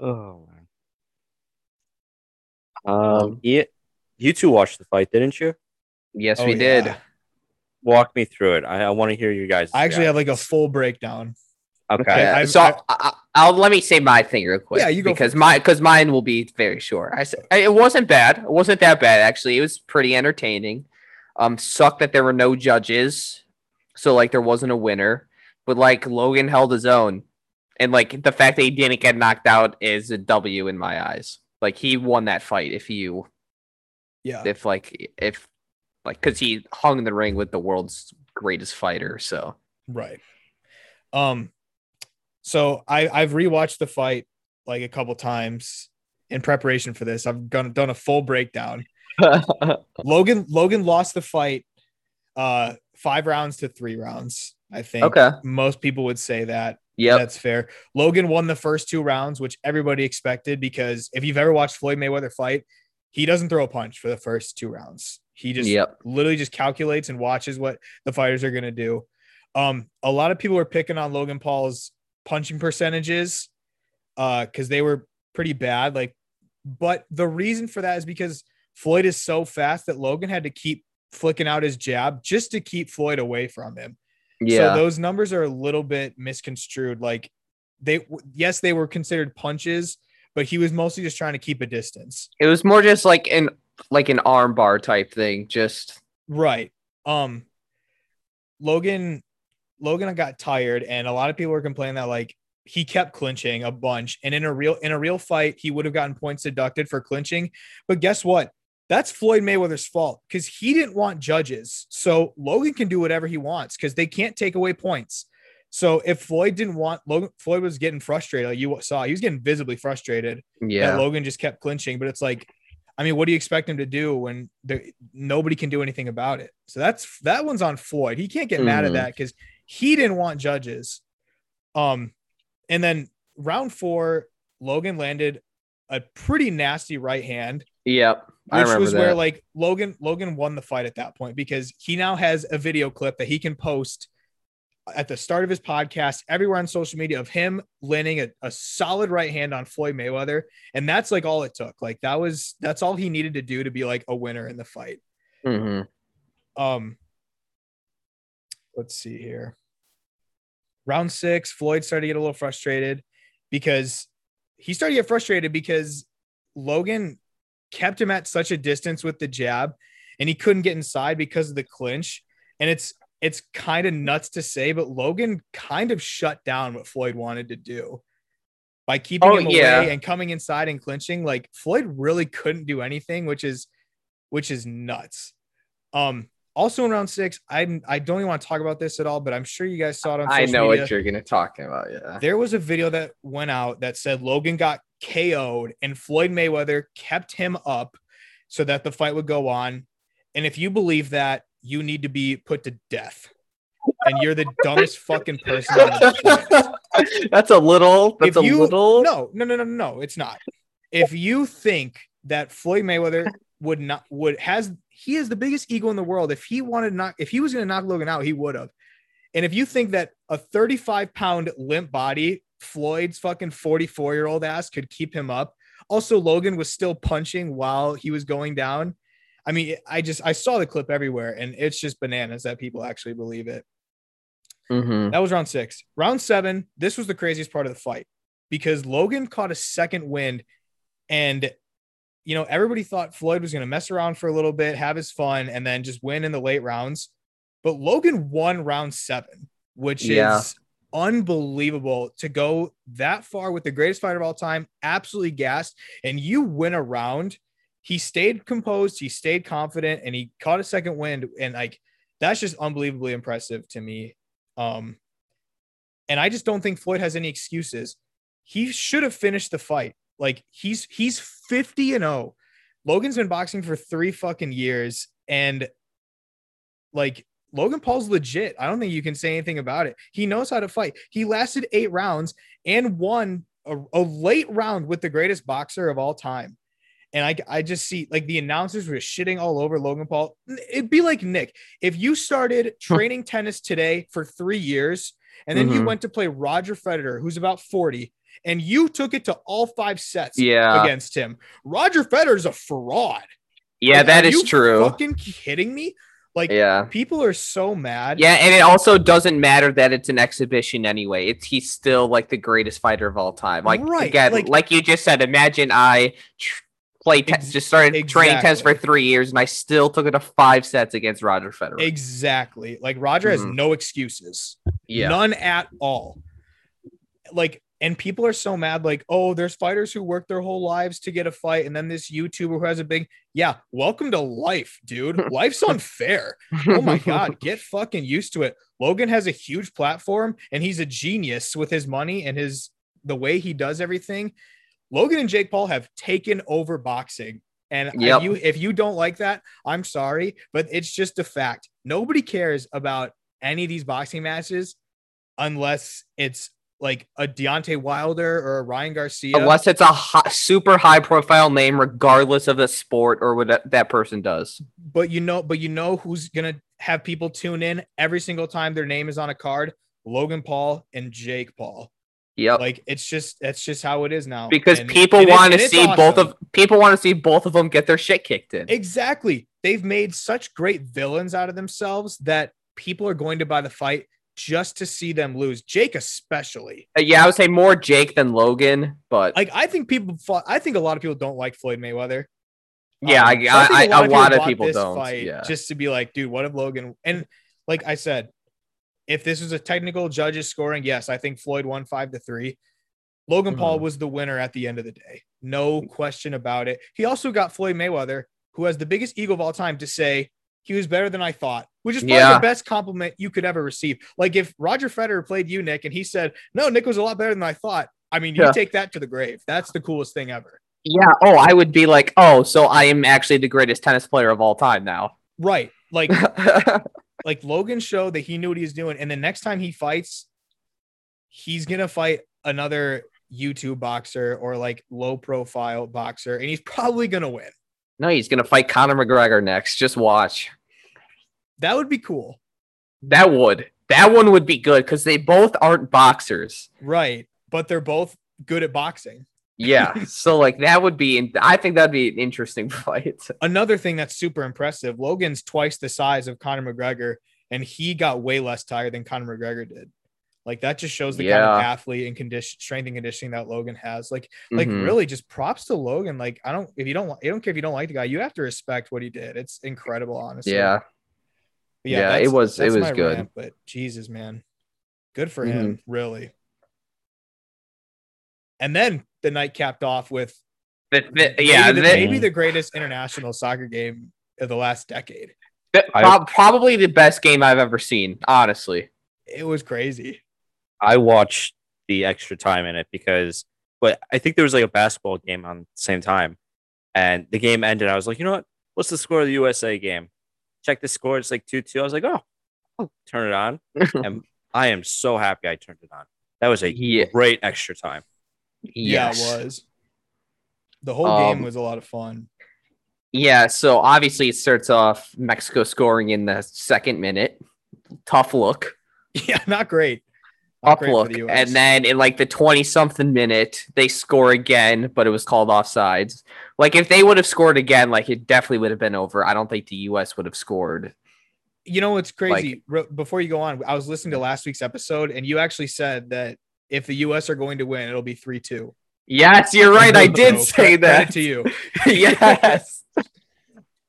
S2: oh man. Um, yeah, you two watched the fight, didn't you?
S1: Yes,
S3: Oh,
S1: we
S3: yeah.
S1: did.
S2: Walk me through it. I, I want to hear you guys.
S3: I actually have like a full breakdown.
S2: okay.
S3: I-
S1: Yeah,
S3: I've-
S1: so
S3: I've-
S1: I, I, will let me say my thing real quick.
S3: Yeah, you go
S1: because
S3: first.
S1: my because mine will be very short. I said it wasn't bad. It wasn't that bad actually. It was pretty entertaining. Um, sucked that there were no judges, so like there wasn't a winner. But like Logan held his own, and like the fact that he didn't get knocked out is a W in my eyes. Like he won that fight if you
S3: Yeah.
S1: if like if like because he hung in the ring with the world's greatest fighter. So
S3: Right. Um So I I've rewatched the fight like a couple times in preparation for this. I've gone, done a full breakdown. Logan Logan lost the fight uh 5 rounds to 3 rounds, I think.
S1: okay.
S3: Most people would say that.
S1: Yep.
S3: That's fair. Logan won the first two rounds, which everybody expected because if you've ever watched Floyd Mayweather fight, he doesn't throw a punch for the first two rounds. He just
S1: Yep.
S3: literally just calculates and watches what the fighters are going to do. Um, a lot of people were picking on Logan Paul's punching percentages because they were pretty bad. Like, but the reason for that is because Floyd is so fast that Logan had to keep flicking out his jab just to keep Floyd away from him.
S1: Yeah.
S3: So those numbers are a little bit misconstrued. Like they, yes, they were considered punches, but he was mostly just trying to keep a distance.
S1: it was more just like an like an arm bar type thing. Just
S3: Right. Um Logan Logan got tired and a lot of people were complaining that like he kept clinching a bunch and in a real in a real fight he would have gotten points deducted for clinching. But guess what? That's Floyd Mayweather's fault cuz he didn't want judges. So Logan can do whatever he wants cuz they can't take away points. So if Floyd didn't want Logan Floyd was getting frustrated, like you saw, he was getting visibly frustrated yeah.
S1: yeah.
S3: Logan just kept clinching. But it's like, I mean, what do you expect him to do when there, nobody can do anything about it? So that's that one's on Floyd. He can't get mad at
S1: Mhm.
S3: that because he didn't want judges. Um, and then round four, Logan landed a pretty nasty right hand,
S1: Yep. I
S3: which
S1: remember
S3: was where
S1: that.
S3: like Logan Logan won the fight at that point because he now has a video clip that he can post at the start of his podcast, everywhere on social media of him landing a, a solid right hand on Floyd Mayweather. And that's like all it took. Like that was that's all he needed to do to be like a winner in the fight.
S1: Mhm.
S3: Um let's see here. Round six, Floyd started to get a little frustrated because he started to get frustrated because Logan kept him at such a distance with the jab and he couldn't get inside because of the clinch. And it's it's kind of nuts to say, but Logan kind of shut down what Floyd wanted to do by keeping
S1: Oh,
S3: him
S1: yeah.
S3: away and coming inside and clinching. Like Floyd really couldn't do anything, which is which is nuts. Um, also in round six, I I don't even want to talk about this at all, but I'm sure you guys saw it on.
S1: I
S3: social
S1: know
S3: media.
S1: what you're gonna talk about. Yeah.
S3: There was a video that went out that said Logan got KO'd and Floyd Mayweather kept him up so that the fight would go on. And if you believe that, you need to be put to death. And you're the dumbest fucking person on the planet.
S1: that's a little. That's
S3: If
S1: a
S3: you-
S1: little.
S3: No, no, no, no, no, it's not. If you think that Floyd Mayweather would not would has he is the biggest ego in the world. If he wanted to knock, if he was going to knock Logan out, he would have. And if you think that a 35 pound limp body, Floyd's fucking 44 year old ass could keep him up. Also, Logan was still punching while he was going down. I mean, I just I saw the clip everywhere, and it's just bananas that people actually believe it.
S1: Mhm.
S3: That was round six. Round seven, this was the craziest part of the fight because Logan caught a second wind. And, you know, everybody thought Floyd was going to mess around for a little bit, have his fun, and then just win in the late rounds. But Logan won round seven, which
S1: Yeah.
S3: is unbelievable to go that far with the greatest fighter of all time, absolutely gassed. And you win a round. He stayed composed, he stayed confident, and he caught a second wind. And, like, that's just unbelievably impressive to me. Um, and I just don't think Floyd has any excuses. He should have finished the fight. Like he's he's 50 and 0. Logan's been boxing for three fucking years. And like Logan Paul's legit. I don't think you can say anything about it. He knows how to fight. He lasted eight rounds and won a, a late round with the greatest boxer of all time. And I, I just see like the announcers were shitting all over Logan Paul. It'd be like Nick. If you started training tennis today for three years and then you
S1: Mhm.
S3: went to play Roger Federer, who's about 40, and you took it to all five sets
S1: Yeah.
S3: against him, Roger Federer's a fraud.
S1: Yeah.
S3: Like,
S1: That
S3: are
S1: is
S3: you
S1: true.
S3: Fucking kidding me? Like
S1: Yeah.
S3: people are so mad.
S1: Yeah, and it also doesn't matter that it's an exhibition anyway. It's he's still like the greatest fighter of all time. Like
S3: Right,
S1: again,
S3: like-
S1: like, you just said, imagine I tr- play te-
S3: Ex-
S1: just started training tennis for
S3: exactly.
S1: three years, and I still took it to five sets against Roger Federer.
S3: Exactly. Like Roger has
S1: Mhm.
S3: no excuses.
S1: yeah,
S3: None at all. Like And people are so mad, like, oh, there's fighters who work their whole lives to get a fight, and then this YouTuber who has a big, yeah, welcome to life, dude. Life's unfair. Oh my god, get fucking used to it. Logan has a huge platform, and he's a genius with his money and his the way he does everything. Logan and Jake Paul have taken over boxing. And if
S1: Yep.
S3: you if you don't like that, I'm sorry, but it's just a fact. Nobody cares about any of these boxing matches unless it's like a Deontay Wilder or a Ryan Garcia.
S1: Unless it's a hi- super high profile name, regardless of the sport or what that- that person does.
S3: but you know, but you know who's gonna have people tune in every single time their name is on a card? Logan Paul and Jake Paul.
S1: Yep.
S3: Like it's just that's just how it is now.
S1: because
S3: And-
S1: people
S3: and it-
S1: want to
S3: and it's
S1: see both
S3: awesome.
S1: of people want to see both of them get their shit kicked in.
S3: Exactly. They've made such great villains out of themselves that people are going to buy the fight just to see them lose. Jake, especially.
S1: Uh, yeah, I would say more Jake than Logan, but
S3: Like, I think people, fought, I think a lot of people don't like Floyd Mayweather.
S1: yeah,
S3: Um,
S1: I,
S3: so think
S1: I, I, a lot of
S3: bought
S1: people
S3: this
S1: don't.
S3: fight
S1: yeah.
S3: Just to be like, dude, what if Logan? And like I said, if this was a technical judges scoring, yes, I think Floyd won five to three. Logan Paul
S1: Mm-hmm.
S3: was the winner at the end of the day. No question about it. He also got Floyd Mayweather, who has the biggest ego of all time, to say he was better than I thought, which is probably
S1: Yeah.
S3: the best compliment you could ever receive. Like if Roger Federer played you, Nick, and he said, No, Nick was a lot better than I thought. I mean, you
S1: Yeah.
S3: take that to the grave. That's the coolest thing ever.
S1: yeah. Oh, I would be like, oh, so I am actually the greatest tennis player of all time now.
S3: Right. Like like Logan showed that he knew what he was doing, and the next time he fights, he's gonna fight another YouTube boxer or like low profile boxer, and he's probably gonna win.
S1: no, he's gonna fight Conor McGregor next. Just watch.
S3: That would be cool,
S1: That would that one would be good because they both aren't boxers.
S3: right? But they're both good at boxing.
S1: Yeah. so like that would be. I think that'd be an interesting fight.
S3: Another thing that's super impressive: Logan's twice the size of Conor McGregor, and he got way less tired than Conor McGregor did. Like that just shows the kind
S1: Yeah.
S3: of athlete and condition, strength and conditioning that Logan has. Like like
S1: Mhm.
S3: really just props to Logan. Like I don't if you don't I don't care if you don't like the guy, you have to respect what he did. It's incredible, honestly.
S1: Yeah.
S3: But
S1: yeah, it
S3: that's-
S1: was- it
S3: that's
S1: was
S3: my
S1: good. Mm-hmm.
S3: rant, but Jesus, man, good for him, really. And then the night capped off with
S1: The- the- yeah.
S3: maybe the,
S1: the-
S3: maybe the greatest international soccer game of the last decade.
S1: Th-
S2: I-
S1: prob- probably the best game I've ever seen, honestly.
S3: It was crazy.
S2: I watched the extra time in it because, but I think there was like a basketball game on the same time, and the game ended. I was like, you know what? What's the score of the USA game? Check the score. It's like two two. I was like, oh, I'll turn it on. and I am so happy I turned it on. That was a
S1: Yeah.
S2: great extra time.
S1: Yes.
S3: Yeah, it was. The whole
S1: Um,
S3: game was a lot of fun.
S1: Yeah, so obviously it starts off Mexico scoring in the second minute. Tough look.
S3: Yeah, not great. Not
S1: Up
S3: great for
S1: look.
S3: the US.
S1: and then in like the 20 something minute, they score again, but it was called offsides. Like if they would have scored again, like it definitely would have been over. I don't think the US would have scored.
S3: You know what's
S1: Like-
S3: crazy? Re- Before you go on, I was listening to last week's episode, and you actually said that if the U.S. are going to win, it'll be three two.
S1: Yes, you're right. I did
S3: So,
S1: say
S3: credit
S1: that.
S3: to you.
S1: yes.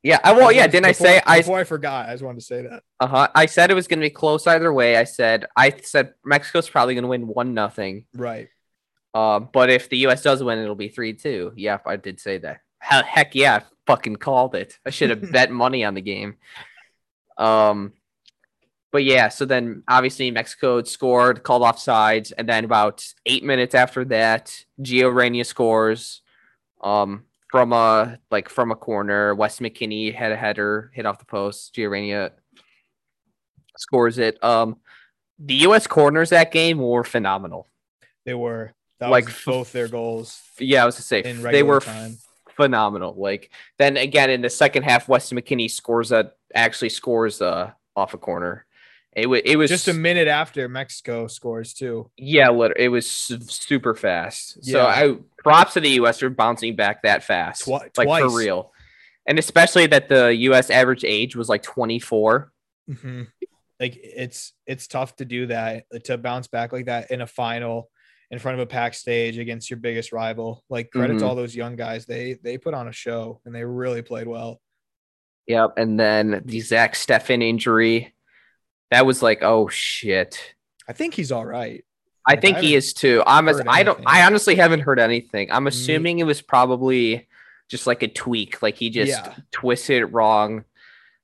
S1: Yeah, I well, yeah, didn't I
S3: Before-
S1: say I
S3: Before I forgot, I just wanted to say that.
S1: Uh-huh. I said it was going to be close either way. I said I said Mexico's probably going to win 1 nothing.
S3: Right.
S1: Uh, but if the US does win it'll be 3-2. Yeah, I did say that. Hell, heck yeah, I fucking called it. I should have bet money on the game. Um but yeah, so then obviously Mexico had scored, called off sides, and then about 8 minutes after that, Gio Reyna scores um from a like from a corner. Wes McKinney had a header, hit off the post. Gio Reyna scores it. Um, the U.S. corners that game were phenomenal.
S3: They were that
S1: Like,
S3: like both their goals.
S1: F- Yeah, I was gonna say f-
S3: In
S1: they
S3: regular
S1: were
S3: time.
S1: f- phenomenal. Like then again in the second half, Weston McKinney scores a actually scores uh off a corner. It was it was
S3: Just a minute after Mexico scores too.
S1: yeah, lit- it was su- super fast. So
S3: Yeah.
S1: I props to the U.S. for bouncing back that fast,
S3: Twi-
S1: like
S3: twice.
S1: for real, and especially that the U.S. average age was like 24.
S3: Mhm. Like it's it's tough to do that to bounce back like that in a final in front of a packed stage against your biggest rival. Like credit to
S1: Mhm.
S3: all those young guys. They they put on a show and they really played well.
S1: Yep. And then the Zach Stefan injury. That was like, oh shit.
S3: I think he's all right.
S1: I
S3: Like,
S1: think
S3: I
S1: he is too. I'm. As,
S3: heard
S1: I don't.
S3: anything.
S1: I honestly haven't heard anything. I'm
S3: Me-
S1: assuming it was probably just like a tweak. Like he just
S3: Yeah.
S1: twisted it wrong.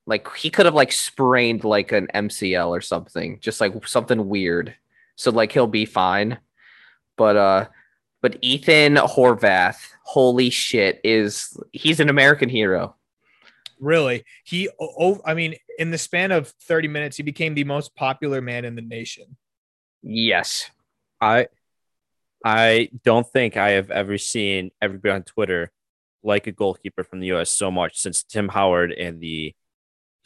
S1: Like he could have like sprained like an MCL or something. Just like something weird. So like he'll be fine. But uh, but Ethan Horvath, holy shit, is he's an American hero.
S3: Really, he. o- o- I mean, in the span of 30 minutes, he became the most popular man in the nation.
S1: Yes.
S2: I I don't think I have ever seen everybody on Twitter like a goalkeeper from the US so much since Tim Howard and the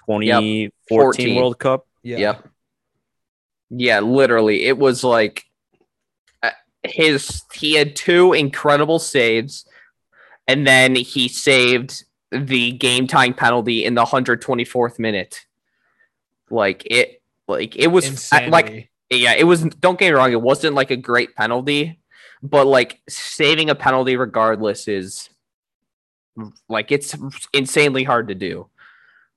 S2: 2014
S1: 14.
S2: World Cup.
S3: Yeah.
S1: Yep. Yeah, literally. It was like uh, his he had two incredible saves and then he saved the game tying penalty in the 124th minute. Like it like it was I- like
S3: Insanity.
S1: yeah, it was don't get me wrong, it wasn't like a great penalty, but like saving a penalty regardless is like it's insanely hard to do.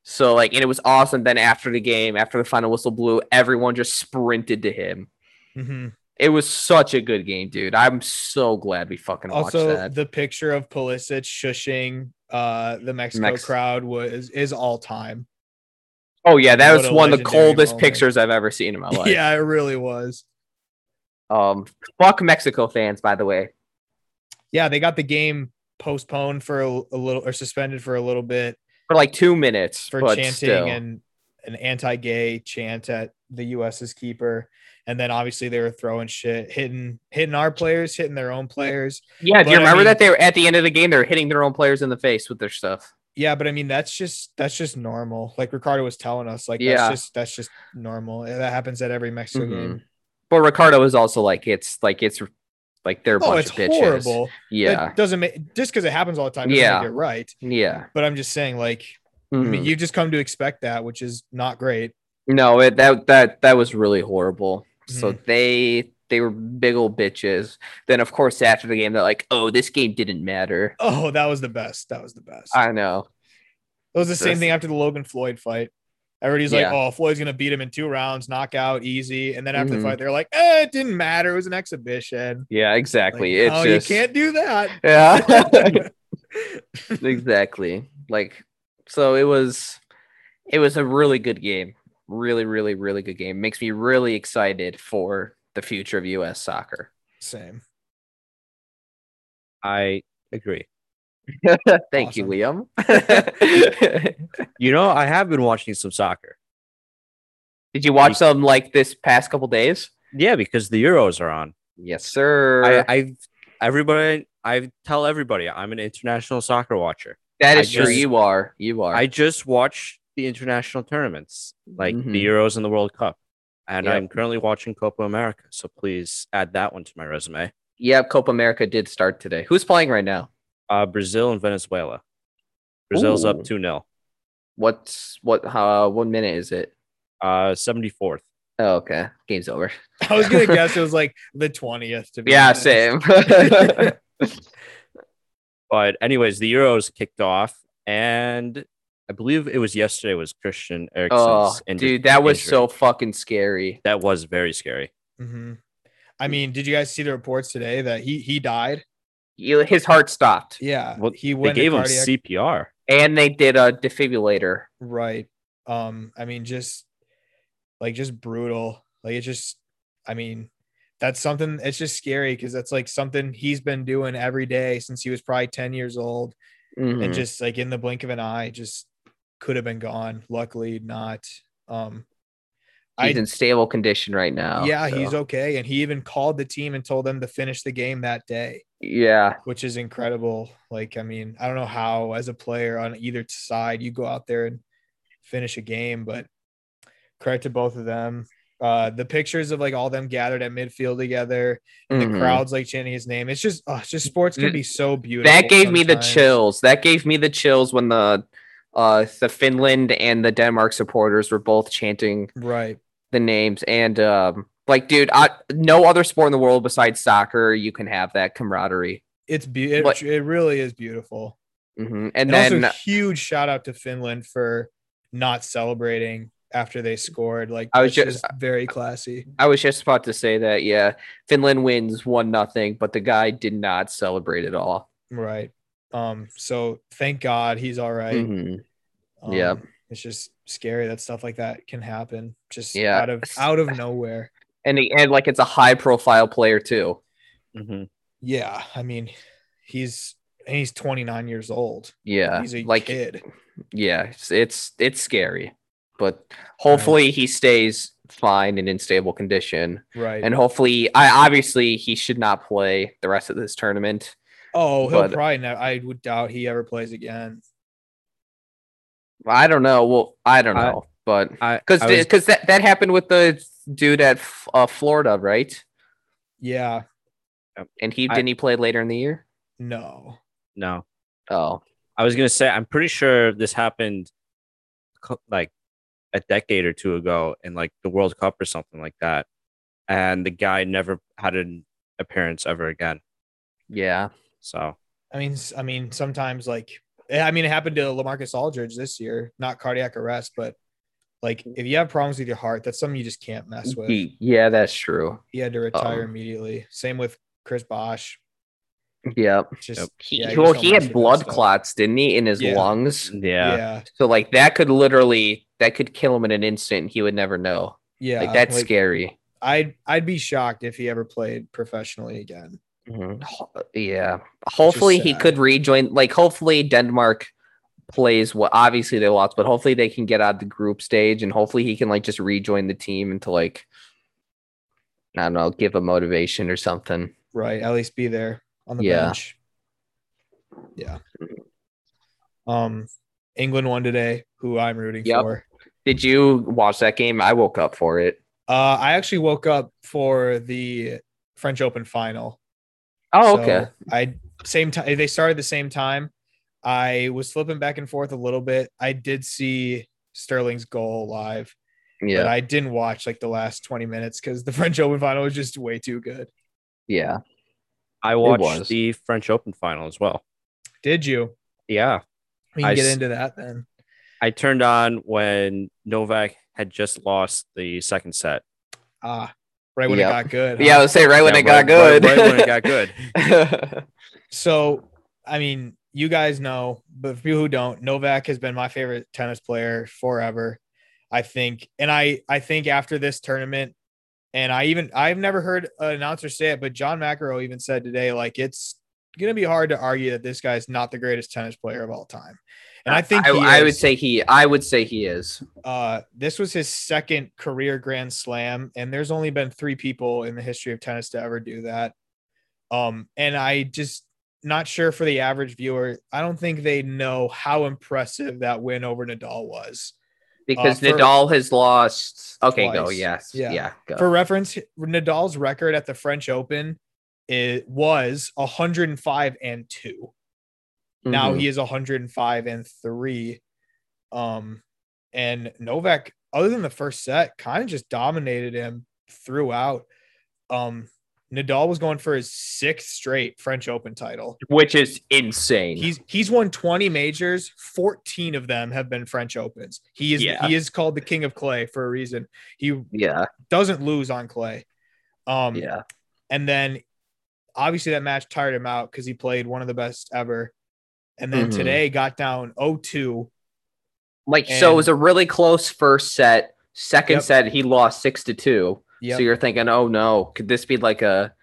S1: So like and it was awesome. Then after the game, after the final whistle blew, everyone just sprinted to him.
S3: Mhm.
S1: It was such a good game, dude. I'm so glad we fucking
S3: Also,
S1: watched that.
S3: the picture of Pulisic shushing uh, the Mexico
S1: Mex-
S3: crowd was is all time.
S1: Oh yeah, that
S3: what
S1: was
S3: a
S1: one of the
S3: legendary
S1: coldest
S3: moment.
S1: pictures I've ever seen in my life.
S3: Yeah, it really was.
S1: Um fuck Mexico fans, by the way.
S3: Yeah, they got the game postponed for a, a little or suspended for a little bit
S1: For like two minutes.
S3: for
S1: but
S3: chanting
S1: still.
S3: and an anti-gay chant at the US's keeper. And then obviously they were throwing shit, hitting hitting our players, hitting their own players.
S1: Yeah, do
S3: But, I
S1: you remember
S3: mean-
S1: that they were at the end of the game? They were hitting their own players in the face with their stuff.
S3: Yeah, but I mean that's just that's just normal. Like Ricardo was telling us, like
S1: Yeah. Mm-hmm.
S3: that's just that's just normal. And That happens at every Mexico game.
S1: But Ricardo is also like it's like it's like they're a
S3: Oh,
S1: bunch
S3: it's
S1: of bitches.
S3: horrible.
S1: Yeah,
S3: That doesn't make just because it happens all the time. Doesn't yeah,
S1: Yeah.
S3: make it right.
S1: yeah.
S3: But I'm just saying, like I mean,
S1: Mhm.
S3: you just come to expect that, which is not great.
S1: No, it, that that that was really horrible. So
S3: Mm-hmm.
S1: they they were big old bitches. Then of course after the game they're like, oh, this game didn't matter.
S3: Oh, that was the best. That was the best.
S1: I know.
S3: It was the same
S1: This-
S3: thing after the Logan Floyd fight. Everybody's like,
S1: Yeah.
S3: "Oh, Floyd's gonna beat him in two rounds, knockout, easy." And then after
S1: Mhm.
S3: the fight, they're like, eh, "It didn't matter. It was an exhibition."
S1: Yeah,
S3: Like,
S1: exactly. it's
S3: oh,
S1: just
S3: you can't do that.
S1: yeah. exactly like so it was it was a really good game really really really good game makes me really excited for the future of us soccer
S3: Same.
S2: I agree.
S1: thank you liam
S2: You know, I have been watching some soccer.
S1: did you watch some like this past couple days
S2: Yeah, because the Euros are on.
S1: yes sir
S2: I, I've everybody I tell everybody I'm an international soccer watcher.
S1: that
S2: I
S1: is true
S2: just-
S1: you are you are
S2: I just watch the international tournaments, like
S1: Mhm.
S2: the Euros and the World Cup. And
S1: Yep.
S2: I'm currently watching Copa America. So please add that one to my resume.
S1: yeah copa america did start today who's playing right now
S2: Uh, Brazil and Venezuela. Brazil's
S1: Ooh.
S2: up 2 0,
S1: what's what uh one minute is it
S2: uh, 74th.
S1: oh, okay game's over
S3: I was gonna guess it was like the twentieth. To be
S1: yeah
S3: honest.
S1: same
S2: But, anyways, the Euros kicked off. And I believe it was yesterday was Christian Eriksen's.
S1: oh
S2: inju-
S1: dude that was
S2: injury.
S1: so fucking scary
S2: That was very scary.
S3: Mhm. I mean, did you guys see the reports today that he he died?
S1: you, his heart stopped
S3: Yeah,
S2: Well,
S3: he
S2: They
S3: went
S2: gave
S3: to
S2: him
S3: cardiac-
S2: CPR.
S1: and they did a defibrillator
S3: right. Um, I mean, just like just brutal. Like it's just, I mean, that's something. It's just scary because that's like something he's been doing every day since he was probably ten years old, and
S1: Mhm.
S3: just like in the blink of an eye, just could have been gone. Luckily, not. Um, I-
S1: he's in stable condition right now
S3: yeah,
S1: Oh, so-
S3: he's okay, and he even called the team and told them to finish the game that day.
S1: yeah
S3: which is incredible. Like, I mean, I don't know how, as a player on either side, you go out there and finish a game, but credit to both of them. Uh, the pictures of like all them gathered at midfield together, the
S1: Mhm.
S3: crowds like chanting his name. It's just, oh, it's just sports can be so beautiful.
S1: Mm, that gave me the
S3: sometimes.
S1: chills that gave me the chills when the uh the finland and the denmark supporters were both chanting
S3: Right.
S1: the names and um like dude I, no other sport in the world besides soccer you can have that camaraderie
S3: It's beautiful.
S1: What-
S3: It, it really is beautiful.
S1: Mhm. and,
S3: And,
S1: then
S3: also, huge shout out to Finland for not celebrating after they scored. Like
S1: I was
S3: that's
S1: just-
S3: very classy.
S1: I was just about to say that. Yeah, Finland wins one nothing, but the guy did not celebrate at all.
S3: Right. Um, so thank God he's all right.
S1: Mhm. yeah.
S3: Um, It's just scary that stuff like that can happen just
S1: Yeah.
S3: out of out of nowhere.
S1: And he- and like it's a high profile player too. Mm-hmm.
S2: Mhm.
S3: Yeah. I mean, he's and he's 29 years old.
S1: Yeah,
S3: He's a
S1: like
S3: kid.
S1: yeah, it's, it's it's scary, but hopefully he stays fine and in stable condition,
S3: Right.
S1: and hopefully I obviously he should not play the rest of this tournament.
S3: oh, he'll
S1: but-
S3: probably never I would doubt he ever plays again.
S1: I don't know. Well, I don't
S2: I-
S1: know, but
S2: I
S1: because
S2: I was-
S1: because that that happened with the dude at F- uh, Florida, right?
S3: Yeah.
S1: And he
S2: I-
S1: didn't he play later in the year?
S3: No.
S2: no,
S1: Oh,
S2: I was gonna say I'm pretty sure this happened co- like a decade or two ago in like the World Cup or something like that, and the guy never had an appearance ever again.
S1: yeah,
S2: So
S3: I mean, s- I mean, sometimes like, eh, I mean, it happened to Lamarcus Aldridge this year, not cardiac arrest, but like if you have problems with your heart, that's something you just can't mess with. He,
S1: He- yeah, that's true.
S3: had to retire
S1: Um,
S3: immediately. Same with Chris Bosch.
S1: Yeah,
S3: Just
S2: Yep.
S1: he,
S3: Yeah, you
S1: well,
S3: just don't
S1: he
S3: mess
S1: had
S3: with that
S1: blood
S3: stuff.
S1: clots, didn't he, in his
S3: Yeah.
S1: lungs?
S2: yeah,
S3: yeah,
S1: So like that could literally that could kill him in an instant. and He would never know.
S3: yeah.
S1: like that's scary.
S3: I'd I'd be shocked if he ever played professionally again.
S1: Mhm. Ho- Yeah. Hopefully he
S3: sad.
S1: could rejoin. Like hopefully Denmark plays what obviously they lost, but hopefully they can get out of the group stage and hopefully he can like just rejoin the team and to like I don't know, give a motivation or something.
S3: Right. At least be there on the
S1: Yeah.
S3: bench. Yeah. Um, England won today. Who I'm rooting
S1: Yep.
S3: for.
S1: Did you watch that game? I woke up for it.
S3: Uh, I actually woke up for the French Open final.
S1: Oh,
S3: So
S1: okay.
S3: I same time they started the same time. I was flipping back and forth a little bit. I did see Sterling's goal live,
S1: Yeah.
S3: but I didn't watch like the last 20 minutes because the French Open final was just way too good.
S1: yeah.
S2: I
S1: was.
S2: watched the French Open final as well.
S3: Did you?
S2: Yeah,
S3: We can
S2: I
S3: get
S2: s-
S3: into that then.
S2: I turned on when Novak had just lost the second set.
S3: Ah, right when
S1: Yep.
S3: it got good. huh?
S1: Yeah, I would say right when
S2: Yeah,
S1: it got
S2: right- right-
S1: good.
S2: right when it got good.
S3: So, I mean, you guys know, but for people who don't, Novak has been my favorite tennis player forever. I think, and I, I think after this tournament, and I even, I've never heard an announcer say it, but John McEnroe even said today, like it's gonna be hard to argue that this guy's not the greatest tennis player of all time. And I think
S1: I,
S3: he
S1: I would
S3: is.
S1: say he I would say he is.
S3: uh, this was his second career Grand Slam, and there's only been three people in the history of tennis to ever do that. Um, and I just not sure for the average viewer. I don't think they know how impressive that win over Nadal was.
S1: Because
S3: Uh, for-
S1: Nadal has lost okay, go,
S3: Twice.
S1: yes.
S3: Yeah.
S1: Yeah, go.
S3: For reference, Nadal's record at the French Open it was 105 and two. Now
S1: Mhm.
S3: he is 105 and three. Um, and Novak, other than the first set, kind of just dominated him throughout. Um, Nadal was going for his sixth straight French Open title.
S1: which is insane.
S3: He's he's won 20 majors, 14 of them have been French Opens. He is
S1: Yeah.
S3: he is called the king of clay for a reason. He
S1: yeah,
S3: doesn't lose on clay. Um,
S1: yeah,
S3: and then obviously that match tired him out because he played one of the best ever. And then
S1: Mhm.
S3: today got down 0-2.
S1: like so. It was
S3: and-
S1: a really close first set. Second
S3: Yep.
S1: set, he lost six to two.
S3: Yep.
S1: So you're thinking, oh no, could this be like a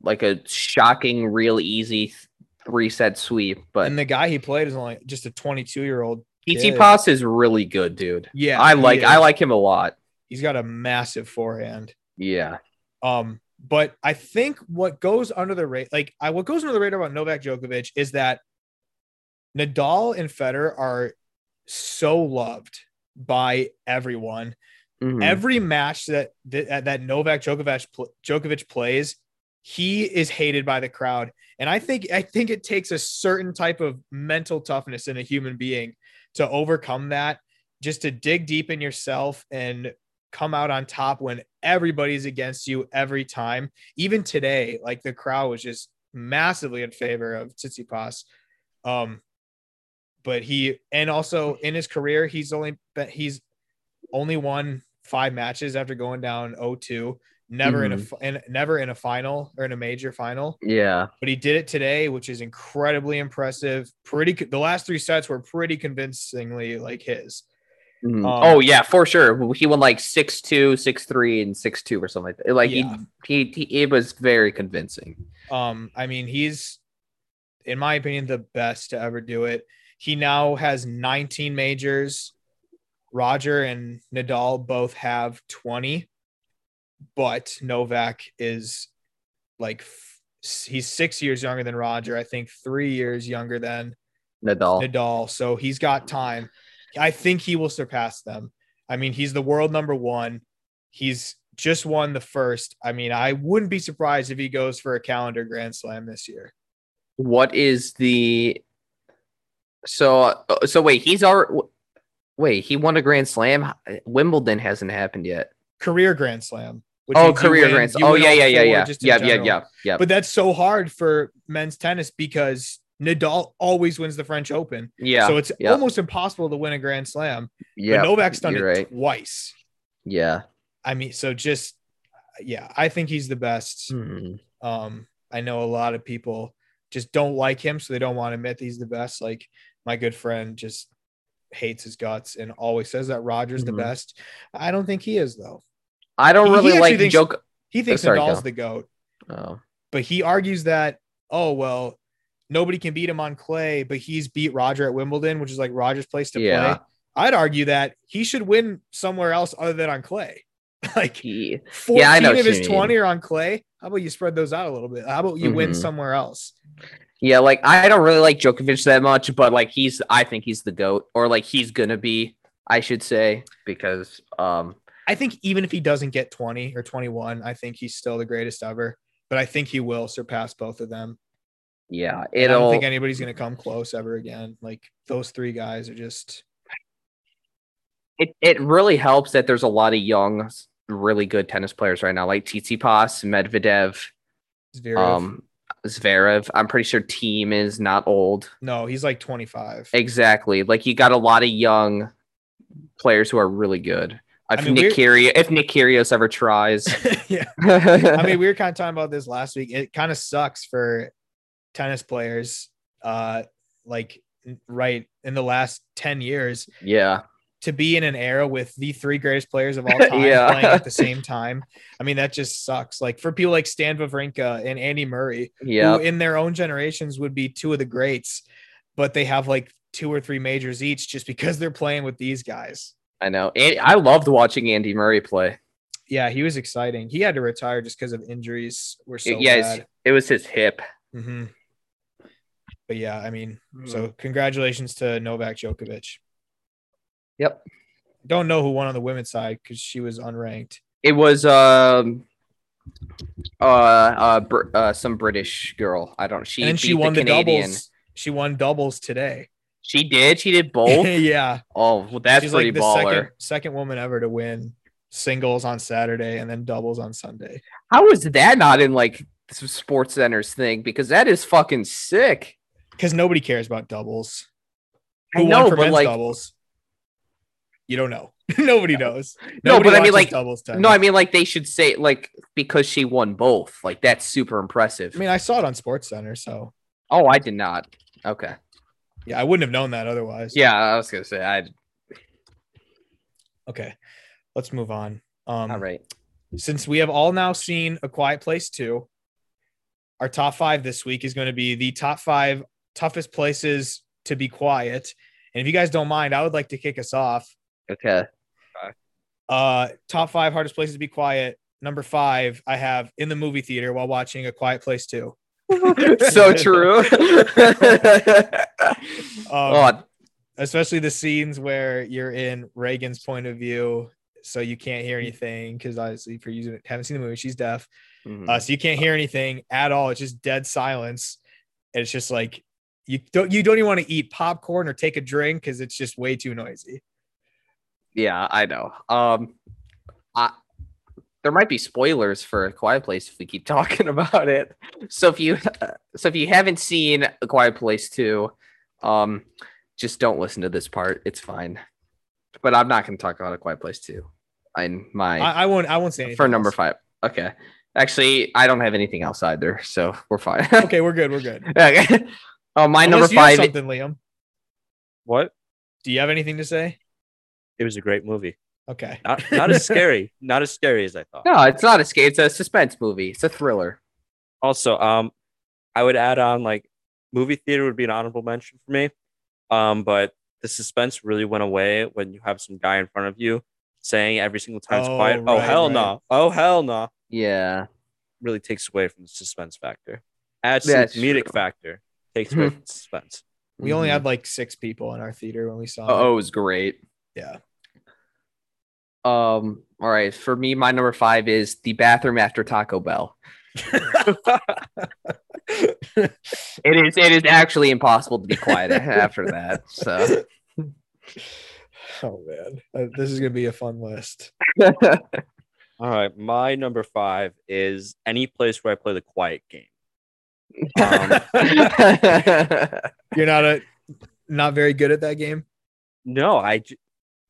S1: like a shocking, real easy three set sweep? But
S3: and the guy he played is only just a 22 year old.
S1: PT
S3: kid.
S1: Pass is really good, dude.
S3: Yeah,
S1: I
S3: he
S1: like I
S3: is.
S1: like him a lot.
S3: He's got a massive forehand.
S1: Yeah,
S3: Um, but I think what goes under the radar, like I, what goes under the radar about Novak Djokovic is that Nadal and Federer are so loved by everyone.
S1: Mhm.
S3: Every match that that, uh, that Novak Djokovic pl- Djokovic plays, he is hated by the crowd, and I think I think it takes a certain type of mental toughness in a human being to overcome that. Just to dig deep in yourself and come out on top when everybody's against you every time. Even today, like the crowd was just massively in favor of Tsitsipas. Um, but he and also in his career, he's only been, he's only won five matches after going down 0-2. Never in a fi- in, never in a final or in a major final,
S1: Yeah.
S3: but he did it today, which is incredibly impressive. Pretty co- the last three sets were pretty convincingly like his.
S1: Mhm.
S3: Um,
S1: oh yeah, for sure. He won like 6-2, 6-3 and 6-2 or something like that. Like
S3: Yeah.
S1: he, he he it was very convincing.
S3: Um, I mean, he's, in my opinion, the best to ever do it. He now has 19 majors. Roger and Nadal both have 20, but Novak is like f- he's six years younger than Roger. I think three years younger than
S1: Nadal.
S3: Nadal. So he's got time. I think he will surpass them. I mean, he's the world number one. He's just won the first. I mean, I wouldn't be surprised if he goes for a calendar grand slam this year.
S1: What is the So uh, so wait, he's already wait, he won a grand slam. Wimbledon hasn't happened yet.
S3: Career grand slam. which
S1: Oh,
S3: means you
S1: career
S3: win-
S1: grand slam.
S3: you
S1: Oh
S3: win
S1: yeah,
S3: all
S1: yeah, yeah,
S3: four
S1: yeah.
S3: just in
S1: Yeah, yeah,
S3: general.
S1: yeah. Yeah.
S3: But that's so hard for men's tennis because Nadal always wins the French Open.
S1: Yeah.
S3: so it's
S1: yeah.
S3: almost impossible to win a grand slam. But
S1: yeah.
S3: Novak's done it
S1: you're right.
S3: twice.
S1: Yeah.
S3: I mean, so just yeah, I think he's the best. Um, I know a lot of people just don't like him, so they don't want to admit he's the best. Like my good friend just hates his guts and always says that Rogers
S1: Mhm.
S3: the best. I don't think he is though.
S1: I don't
S3: He- he
S1: really
S3: actually
S1: like the
S3: thinks-
S1: joke.
S3: He thinks
S1: Sorry,
S3: Nadal's
S1: Cal.
S3: the goat,
S1: Oh.
S3: but he argues that oh well, nobody can beat him on clay, but he's beat Roger at Wimbledon, which is like Roger's place to
S1: Yeah.
S3: play. I'd argue that he should win somewhere else other than on clay. like
S1: He,
S3: 14
S1: I know
S3: of
S1: what
S3: his
S1: you mean.
S3: 20 are on clay. How about you spread those out a little bit? How about you win
S1: Mhm.
S3: somewhere else?
S1: yeah, like I don't really like Djokovic that much, but like he's I think he's the goat, or like he's gonna be, I should say, because um
S3: I think even if he doesn't get 20 or 21, I think he's still the greatest ever. But I think he will surpass both of them.
S1: yeah,
S3: I don't
S1: it'll
S3: think anybody's going to come close ever again. Like those three guys are just
S1: it, it really helps that there's a lot of young, really good tennis players right now, like Tsitsipas, Medvedev,
S3: Zverev.
S1: um Zverev. I'm pretty sure Team is not old.
S3: no, he's like 25.
S1: Exactly. Like you got a lot of young players who are really good. If
S3: I mean,
S1: Nick
S3: we're-
S1: Kyrgios, if Nick Kyrgios ever tries,
S3: yeah. I mean, we were kind of talking about this last week. It kind of sucks for tennis players, uh, like right in the last 10 years
S1: yeah,
S3: to be in an era with the three greatest players of all time
S1: Yeah.
S3: playing at the same time. I mean, that just sucks. Like for people like Stan Wawrinka and Andy Murray,
S1: yeah,
S3: who in their own generations would be two of the greats, but they have like two or three majors each just because they're playing with these guys.
S1: I know. And I loved watching Andy Murray play.
S3: Yeah, he was exciting. He had to retire just because of injuries were so
S1: yeah, it's-
S3: bad.
S1: it was his hip.
S3: hmm But yeah, I mean,
S1: Hmm.
S3: so congratulations to Novak Djokovic.
S1: Yep.
S3: Don't know who won on the women's side because she was unranked.
S1: it was um uh uh, Br- uh some British girl. I don't. She
S3: and then she
S1: beat
S3: won the,
S1: Canadian.
S3: doubles. She won doubles today.
S1: She did. She did both.
S3: yeah,
S1: oh, well, that's
S3: she's
S1: pretty
S3: like the
S1: baller.
S3: second second woman ever to win singles on Saturday and then doubles on Sunday.
S1: How is that not in like some Sports Center's thing? Because that is fucking sick.
S3: Because nobody cares about doubles.
S1: I know,
S3: for
S1: but
S3: men's
S1: like,
S3: doubles? You don't know. nobody knows.
S1: No, but I mean,
S3: watches
S1: like-
S3: doubles tennis.
S1: no, I mean, like they should say like because she won both. Like that's super impressive.
S3: I mean, I saw it on Sports Center, so
S1: oh, I did not. Okay.
S3: yeah, I wouldn't have known that otherwise.
S1: Yeah, I was gonna say. I
S3: Okay, let's move on. Um,
S1: all right.
S3: since we have all now seen A Quiet Place 2, our top five this week is going to be the top five toughest places to be quiet. And if you guys don't mind, I would like to kick us off.
S1: Okay.
S3: Uh, top five hardest places to be quiet. Number five, I have in the movie theater while watching A Quiet Place 2.
S1: so true. oh,
S3: Um, Especially the scenes where you're in Reagan's point of view. So you can't hear anything because obviously, for you who haven't seen the movie, she's deaf.
S1: mhm.
S3: uh, so you can't hear anything at all. It's just dead silence, and it's just like you don't you don't even want to eat popcorn or take a drink because it's just way too noisy.
S1: Yeah, I know. Um, I there might be spoilers for A Quiet Place if we keep talking about it. So if you so if you haven't seen A Quiet Place two, um, just don't listen to this part. It's fine. but I'm not going to talk about a quiet place too. In my
S3: I, I won't. I won't say anything
S1: for number
S3: else.
S1: five. Okay. Actually, I don't have anything else either, so we're fine.
S3: Okay, we're good. We're good.
S1: okay. Uh, my
S3: Unless
S1: number
S3: you
S1: five.
S3: have Something, Liam.
S2: What?
S3: Do you have anything to say?
S2: It was a great movie.
S3: Okay.
S2: Not not as scary. Not as scary as I thought.
S1: No, it's not a skate. It's a suspense movie. It's a thriller.
S2: Also, um, I would add on like movie theater would be an honorable mention for me. Um, but the suspense really went away when you have some guy in front of you saying every single time it's
S3: Oh,
S2: quiet. oh
S3: right,
S2: hell
S3: right.
S2: no! Oh hell no!
S1: Yeah.
S2: Really takes away from the suspense factor. Adds
S1: That's
S2: some comedic
S1: true.
S2: factor. Takes away from the suspense.
S3: We only
S1: Mhm.
S3: had like six people in our theater when we saw. it.
S1: Oh, it was great.
S3: Yeah.
S1: Um. All right. For me, my number five is the bathroom after Taco Bell. It is. It is actually impossible to be quiet after that. So.
S3: Oh man, Uh, this is gonna be a fun list.
S2: All right, my number five is any place where I play the quiet game. Um,
S3: You're not a not very good at that game.
S2: no, I j-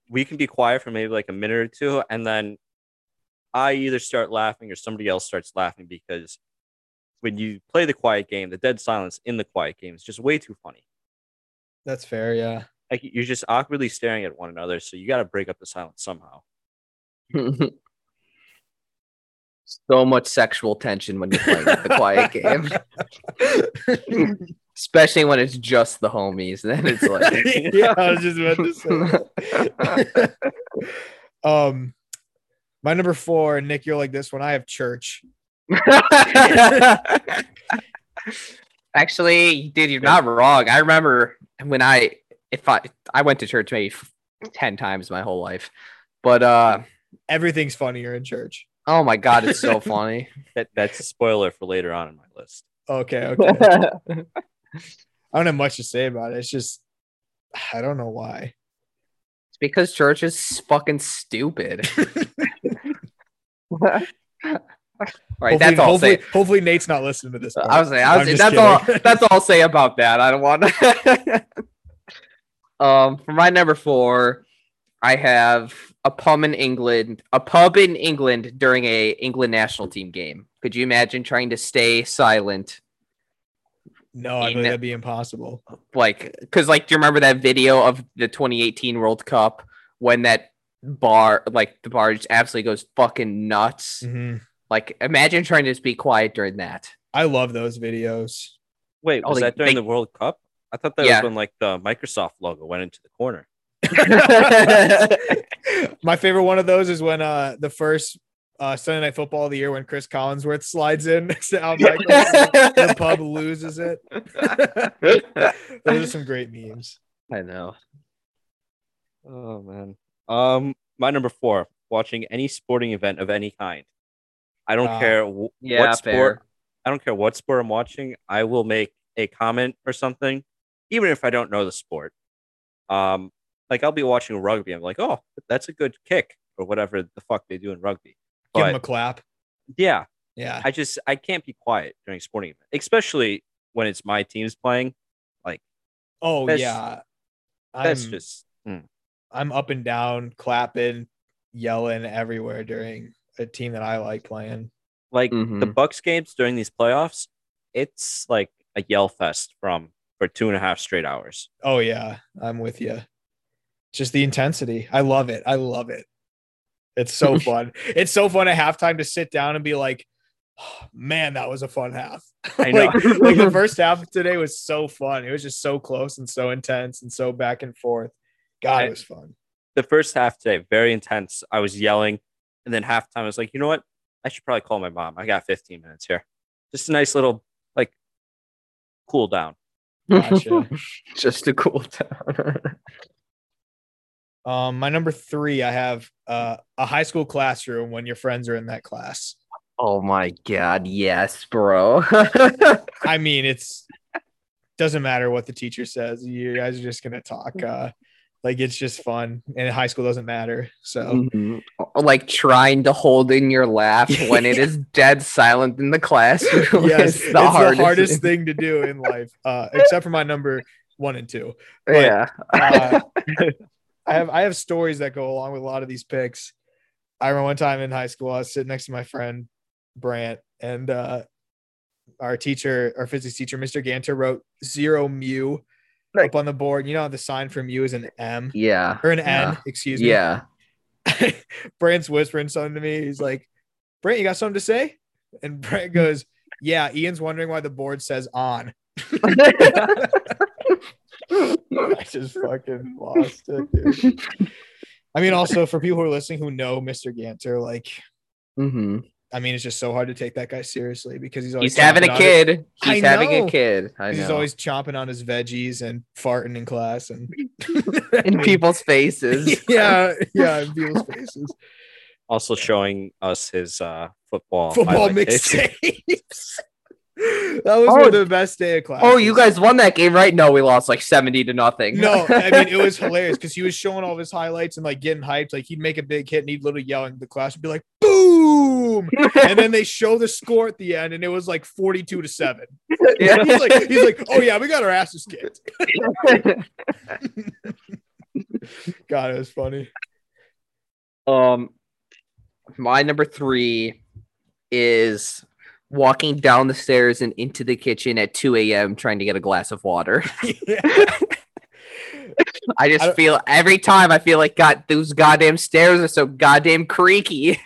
S2: we can be quiet for maybe like a minute or two, and then I either start laughing or somebody else starts laughing because when you play the quiet game, the dead silence in the quiet game is just way too funny.
S3: That's fair. Yeah.
S2: Like you're just awkwardly staring at one another, so you got to break up the silence somehow.
S1: um. so much sexual tension when you're playing the quiet game. Especially when it's just the homies. Then it's like
S3: yeah, I was just about to say. that. um, my number four, Nick, you're like this one. I have church.
S1: Actually, dude, you're not wrong. I remember when I if I I went to church maybe f- 10 times my whole life. But uh
S3: Everything's funnier in church.
S1: oh my god, it's so funny.
S2: That that's a spoiler for later on in my list.
S3: Okay. Okay. I don't have much to say about it. It's just I don't know why.
S1: It's because church is fucking stupid. All right, that's all. I'll
S3: hopefully,
S1: say. Uh,
S3: hopefully Nate's not listening to this. part.
S1: I was saying, I
S3: I'm
S1: was saying
S3: just
S1: that's all.
S3: kidding.
S1: That's all I'll say about that. I don't want. um, for my number four, I have a pub in England. A pub in England during a England national team game. Could you imagine trying to stay silent?
S3: no, I
S1: in-
S3: believe that'd be impossible.
S1: Like, because like, do you remember that video of the 2018 World Cup when that bar, like, the bar just absolutely goes fucking nuts?
S3: Mhm.
S1: Like, imagine trying to just be quiet during that.
S3: I love those videos.
S2: Wait,
S1: Oh,
S2: was
S1: they-
S2: that during
S1: they-
S2: the World Cup? I thought that
S1: Yeah.
S2: was when like the Microsoft logo went into the corner.
S3: My favorite one of those is when uh the first uh Sunday night football of the year when Chris Collinsworth slides in Al Michaels, the pub loses it. those are some great memes.
S1: I know.
S2: Oh man. Um, my number four: watching any sporting event of any kind. I don't
S3: Ah.
S2: care w-
S1: Yeah,
S2: what sport.
S1: fair.
S2: I don't care what sport I'm watching. I will make a comment or something, even if I don't know the sport. Um, like I'll be watching rugby. I'm like, oh, that's a good kick or whatever the fuck they do in rugby.
S3: Give
S2: But
S3: him a clap.
S2: yeah,
S3: Yeah.
S2: I just I can't be quiet during sporting events, especially when it's my team's playing.
S3: Oh
S2: That's-
S3: yeah. I'm,
S2: That's just mm.
S3: I'm up and down, clapping, yelling everywhere during a team that I like playing.
S2: like the
S1: Mhm.
S2: Bucks games during these playoffs, it's like a yell fest from for two and a half straight hours.
S3: Oh yeah, I'm with you. Just the intensity. I love it. I love it. It's so fun. It's so fun at halftime to sit down and be like, "Oh, man, that was a fun half.
S2: I know.
S3: like, like the first half today was so fun. It was just so close and so intense and so back and forth. God, it was fun.
S2: the first half today, very intense. I was yelling, and then halftime, I was like, you know what? I should probably call my mom. I got 15 minutes here. Just a nice little like cool down.
S3: Gotcha.
S1: Just a cool town.
S3: um, my number three, I have uh, a high school classroom when your friends are in that class.
S1: oh my god, yes, bro.
S3: I mean, it's doesn't matter what the teacher says. You guys are just gonna talk. Uh, like it's just fun, and high school doesn't matter. So
S1: Mhm. Like trying to hold in your laugh when it is dead silent in the classroom.
S3: yes,
S1: is
S3: it's the hardest, thing to do in life, uh, except for my number one and two.
S1: yeah.
S3: Uh, I have I have stories that go along with a lot of these picks. I remember one time in high school, I was sitting next to my friend Brant, and uh, our teacher, our physics teacher, Mr. Ganter, wrote zero mu
S1: Right.
S3: up on the board. You know how the sign for mu is an M
S1: Yeah.
S3: or an N,
S1: Yeah.
S3: excuse me.
S1: Yeah.
S3: Brant's whispering something to me. He's like, Brant, you got something to say? And Brant goes, Yeah, Ian's wondering why the board says on. I just fucking lost it, dude. I mean, also for people who are listening who know Mr. Ganter, like,
S1: hmm
S3: I mean, it's just so hard to take that guy seriously because he's always
S1: He's having
S3: chomping
S1: a
S3: on his-
S1: kid.
S3: I
S1: He's having
S3: know.
S1: a kid. I know.
S3: He's always chomping on his veggies and farting in class and
S1: in people's faces.
S3: yeah, yeah, in people's faces.
S2: Also showing us his uh, football
S3: Football
S2: highlight tapes.
S3: mixtapes. that was
S1: Oh.
S3: one of the best day of class.
S1: Oh, you guys won that game, right? No, we lost like 70 to nothing.
S3: No, I mean it was hilarious because he was showing all of his highlights and like getting hyped. Like he'd make a big hit and he'd literally yell in the class and be like, "Boom!" and then they show the score at the end and it was like forty-two to seven.
S1: Yeah.
S3: he's like, he's like, "Oh yeah, we got our asses kicked." God, it was funny.
S1: Um, my number three is walking down the stairs and into the kitchen at 2 a.m. trying to get a glass of water. I just
S3: I don't-
S1: feel every time I feel like God, those goddamn stairs are so goddamn creaky.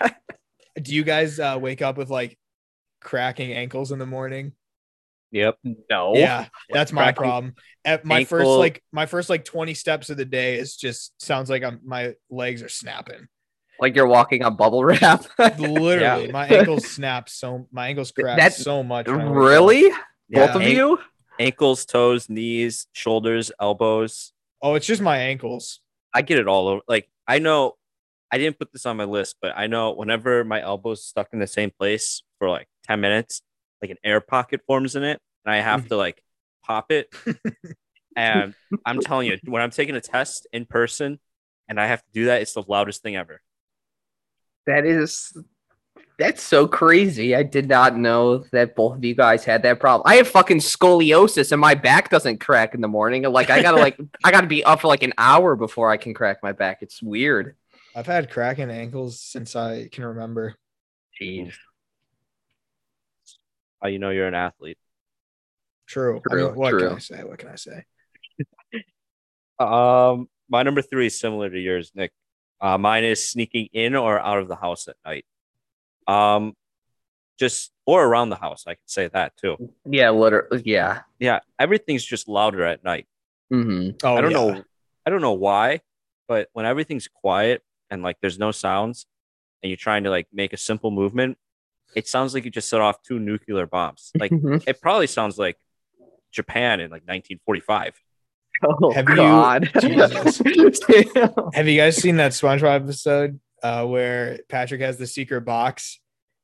S3: Do you guys uh, wake up with like cracking ankles in the morning?
S2: Yep.
S1: No.
S3: Yeah, that's my
S2: Oh, cracking
S3: problem. At my first
S2: ankle-
S3: like my first like twenty steps of the day is just sounds like I'm my legs are snapping.
S1: Like you're walking on bubble wrap.
S3: Literally, my ankles snap so my ankles crack
S1: That's-
S3: so much. when I wake up.
S1: really?
S3: Yeah.
S1: Both of
S2: Ank-
S1: you?
S2: ankles, toes, knees, shoulders, elbows.
S3: Oh, it's just my ankles.
S2: I get it all over. Like I know I didn't put this on my list, but I know whenever my elbow's stuck in the same place for like 10 minutes, like an air pocket forms in it, and I have to like pop it. and I'm telling you, when I'm taking a test in person and I have to do that, it's the loudest thing ever.
S1: That is that's so crazy. I did not know that both of you guys had that problem. I have fucking scoliosis and my back doesn't crack in the morning. Like I gotta like I gotta be up for like an hour before I can crack my back. It's weird.
S3: I've had cracking ankles since I can remember.
S1: Jeez.
S2: Oh, you know you're an athlete.
S3: True. I
S1: True,
S3: mean, what
S1: true.
S3: can I say? What can I say?
S2: Um, my number three is similar to yours, Nick. Uh, mine is sneaking in or out of the house at night. Um, just or around the house. I could say that too.
S1: Yeah, literally yeah.
S2: Yeah, everything's just louder at night.
S1: hmm
S3: Oh,
S2: I don't
S3: yeah.
S2: know. I don't know why, but when everything's quiet and like there's no sounds, and you're trying to like make a simple movement, it sounds like you just set off two nuclear bombs. Like it probably sounds like Japan in like 1945.
S1: oh,
S3: Have you-
S1: God.
S3: Jesus. Have you guys seen that SpongeBob episode uh, where Patrick has the secret box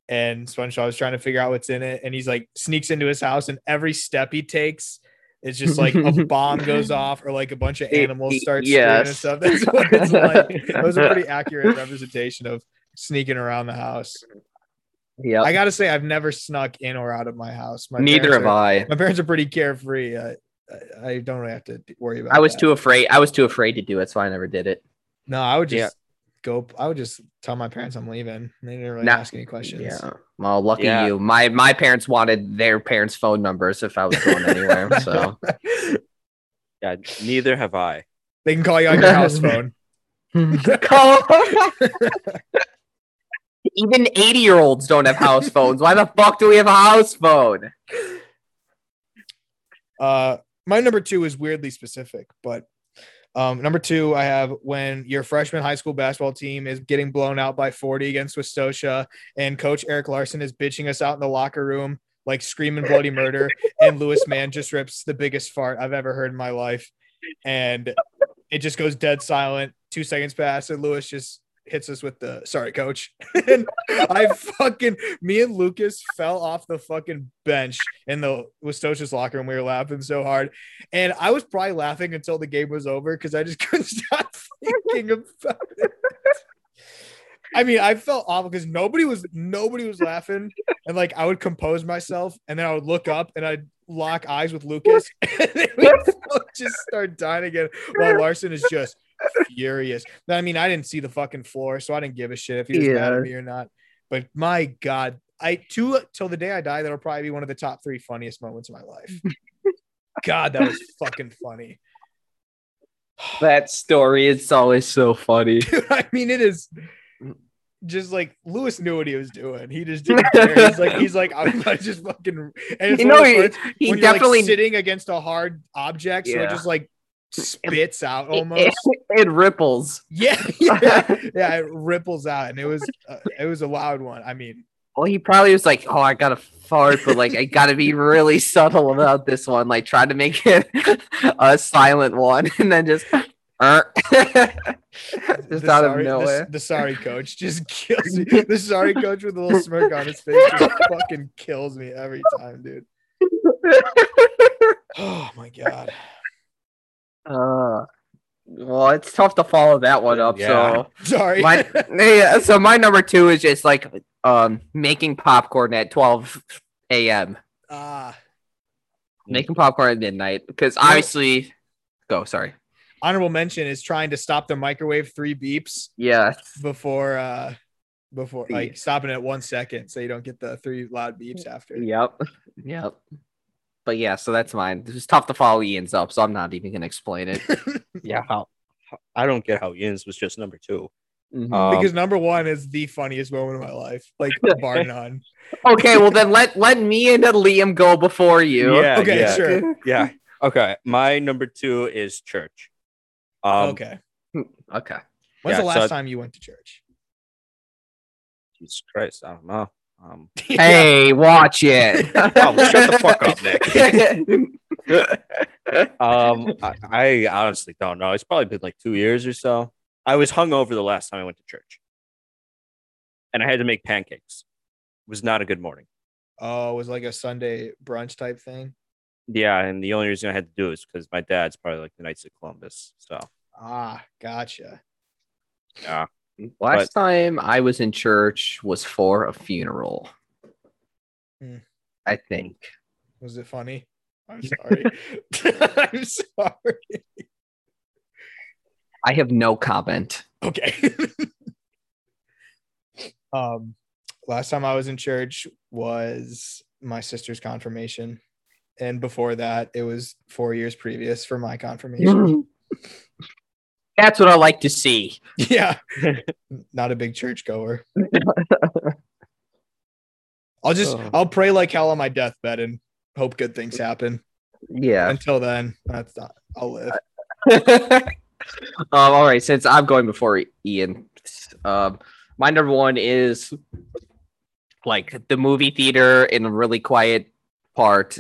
S3: and SpongeBob's trying to figure out what's in it? And he's like sneaks into his house, and every step he takes, it's just like a bomb goes off or like a bunch of
S1: It-
S3: animals
S1: it-
S3: start
S1: yes.
S3: screaming and stuff. That's what it's like. That was a pretty accurate representation of sneaking around the house.
S1: yeah.
S3: I gotta say, I've never snuck in or out of my house. My
S1: Neither
S3: parents
S1: have
S3: are-
S1: I.
S3: My parents are pretty carefree. I, I- I don't really have to worry about.
S1: I was
S3: that.
S1: too afraid. I was too afraid to do it, so I never did it.
S3: No, I would just
S2: Yeah.
S3: go. I would just tell my parents I'm leaving. They didn't really
S1: Nah.
S3: ask any questions.
S1: Yeah. Well, lucky
S2: Yeah.
S1: you. My my parents wanted their parents' phone numbers if I was going anywhere. So
S2: Yeah, neither have I.
S3: They can call you on your house phone.
S1: even eighty year olds don't have house phones. Why the fuck do we have a house phone?
S3: Uh, my number two is weirdly specific, but um, number two, I have when your freshman high school basketball team is getting blown out by 40 against Wistosha, and Coach Eric Larson is bitching us out in the locker room, like screaming bloody murder, and Lewis Mann just rips the biggest fart I've ever heard in my life, and it just goes dead silent. Two seconds pass, and Lewis just hits us with the sorry, coach. and I fucking me and Lucas fell off the fucking bench in the Wistosha's locker room. We were laughing so hard. And I was probably laughing until the game was over because I just couldn't stop thinking about it. I mean, I felt awful because nobody was nobody was laughing. And like I would compose myself and then I would look up and I'd lock eyes with Lucas and then we would just start dying again while Larson is just furious. I mean, I didn't see the fucking floor, so I didn't give a shit if he was mad
S1: Yeah.
S3: at me or not. But my god, I to till the day I die, that'll probably be one of the top three funniest moments of my life. god, that was fucking funny.
S1: that story it's always so funny
S3: Dude, I mean, it is just like Lewis knew what he was doing. He just didn't care. He's like, he's like, I'm gonna just fucking. And it's
S1: you
S3: one of
S1: know
S3: those
S1: he,
S3: words
S1: he
S3: when you're, like,
S1: definitely
S3: sitting against a hard object, so it
S1: Yeah.
S3: just like spits out almost.
S1: it, it ripples
S3: Yeah, yeah, yeah. It ripples out, and it was uh, it was a loud one. I mean,
S1: well he probably was like oh i gotta fart but like i gotta be really subtle about this one like try to make it a silent one and then just "Er." just
S3: the
S1: out
S3: sorry-
S1: of
S3: the-
S1: nowhere
S3: The, sorry coach just kills me. The sorry coach with a little smirk on his face just fucking kills me every time, dude. Oh my god.
S1: uh, well it's tough to follow that one up
S2: Yeah.
S1: so
S3: Sorry.
S1: my yeah, so my number two is just like um making popcorn at 12 a.m
S3: Ah,
S1: making popcorn at midnight because
S3: know-
S1: obviously go sorry
S3: honorable mention is trying to stop the microwave three beeps
S1: yes
S3: before uh before like stopping at one second so you don't get the three loud beeps after.
S1: yep yep but yeah so that's mine it's tough to follow ian's up so i'm not even gonna explain it
S2: yeah, how, how- I don't get how Ian's was just number two.
S3: Mm-hmm.
S1: Mhm.
S2: Um,
S3: because number one is the funniest moment of my life, like bar none.
S1: okay well then let let me and liam go before you
S2: Yeah,
S3: okay,
S2: yeah,
S3: sure.
S2: yeah. Okay, my number two is church. Um,
S3: okay.
S1: okay
S2: Yeah,
S3: When's the
S2: so
S3: last
S2: I-
S3: time you went to church?
S2: Jesus Christ, I don't know. Um,
S1: hey watch it
S2: oh, shut the fuck up, Nick.
S1: Nick.
S2: Um, I, I honestly don't know. It's probably been like two years or so. I was hungover the last time I went to church, and I had to make pancakes. It was not a good morning.
S3: Oh, it was like a Sunday brunch type thing.
S2: Yeah, and the only reason I had to do it is because my dad's probably like the Knights of Columbus. So
S3: Ah, gotcha.
S1: Last time I was in church was for a funeral.
S3: Hmm.
S1: I think.
S3: Was it funny? I'm sorry. I'm sorry.
S1: I have no comment.
S3: Okay. um, last time I was in church was my sister's confirmation, and before that, it was four years previous for my confirmation.
S1: That's what I like to see.
S3: yeah, not a big church goer. I'll just
S1: Oh.
S3: I'll pray like hell on my deathbed and hope good things happen.
S1: Yeah.
S3: Until then, that's not, I'll live.
S1: um, all right, since I'm going before Ian, um, my number one is like the movie theater in a really quiet part,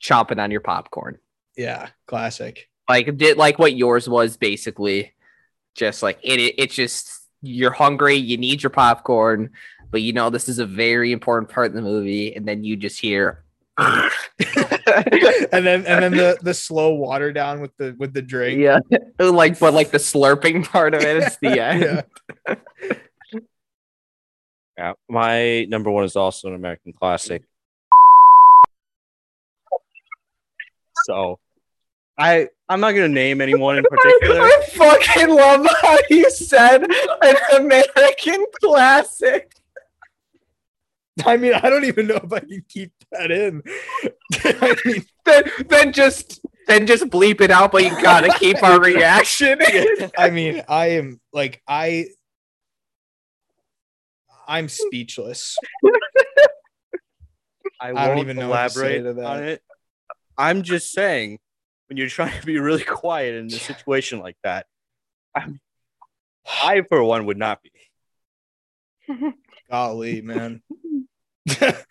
S1: chomping on your popcorn.
S3: Yeah, classic.
S1: like did like what yours was basically just like it, it it's just you're hungry you need your popcorn but you know this is a very important part of the movie and then you just hear
S3: And then and then the the slow water down with the with the drink.
S1: yeah like but like the slurping part of it is the end
S3: Yeah.
S2: yeah, my number one is also an American classic. So I I'm not gonna name anyone in particular.
S1: I fucking love how you said an American classic.
S3: I mean, I don't even know if I can keep that in. I mean,
S1: Then, then just, then just bleep it out. But you gotta keep our reaction.
S3: I mean, I am like I I'm speechless.
S2: I,
S3: don't
S2: won't
S3: even know what to say
S2: elaborate
S3: to that.
S2: on it. I'm just saying, when you're trying to be really quiet in a situation like that, I'm, I, for one, would not be.
S3: Golly, man.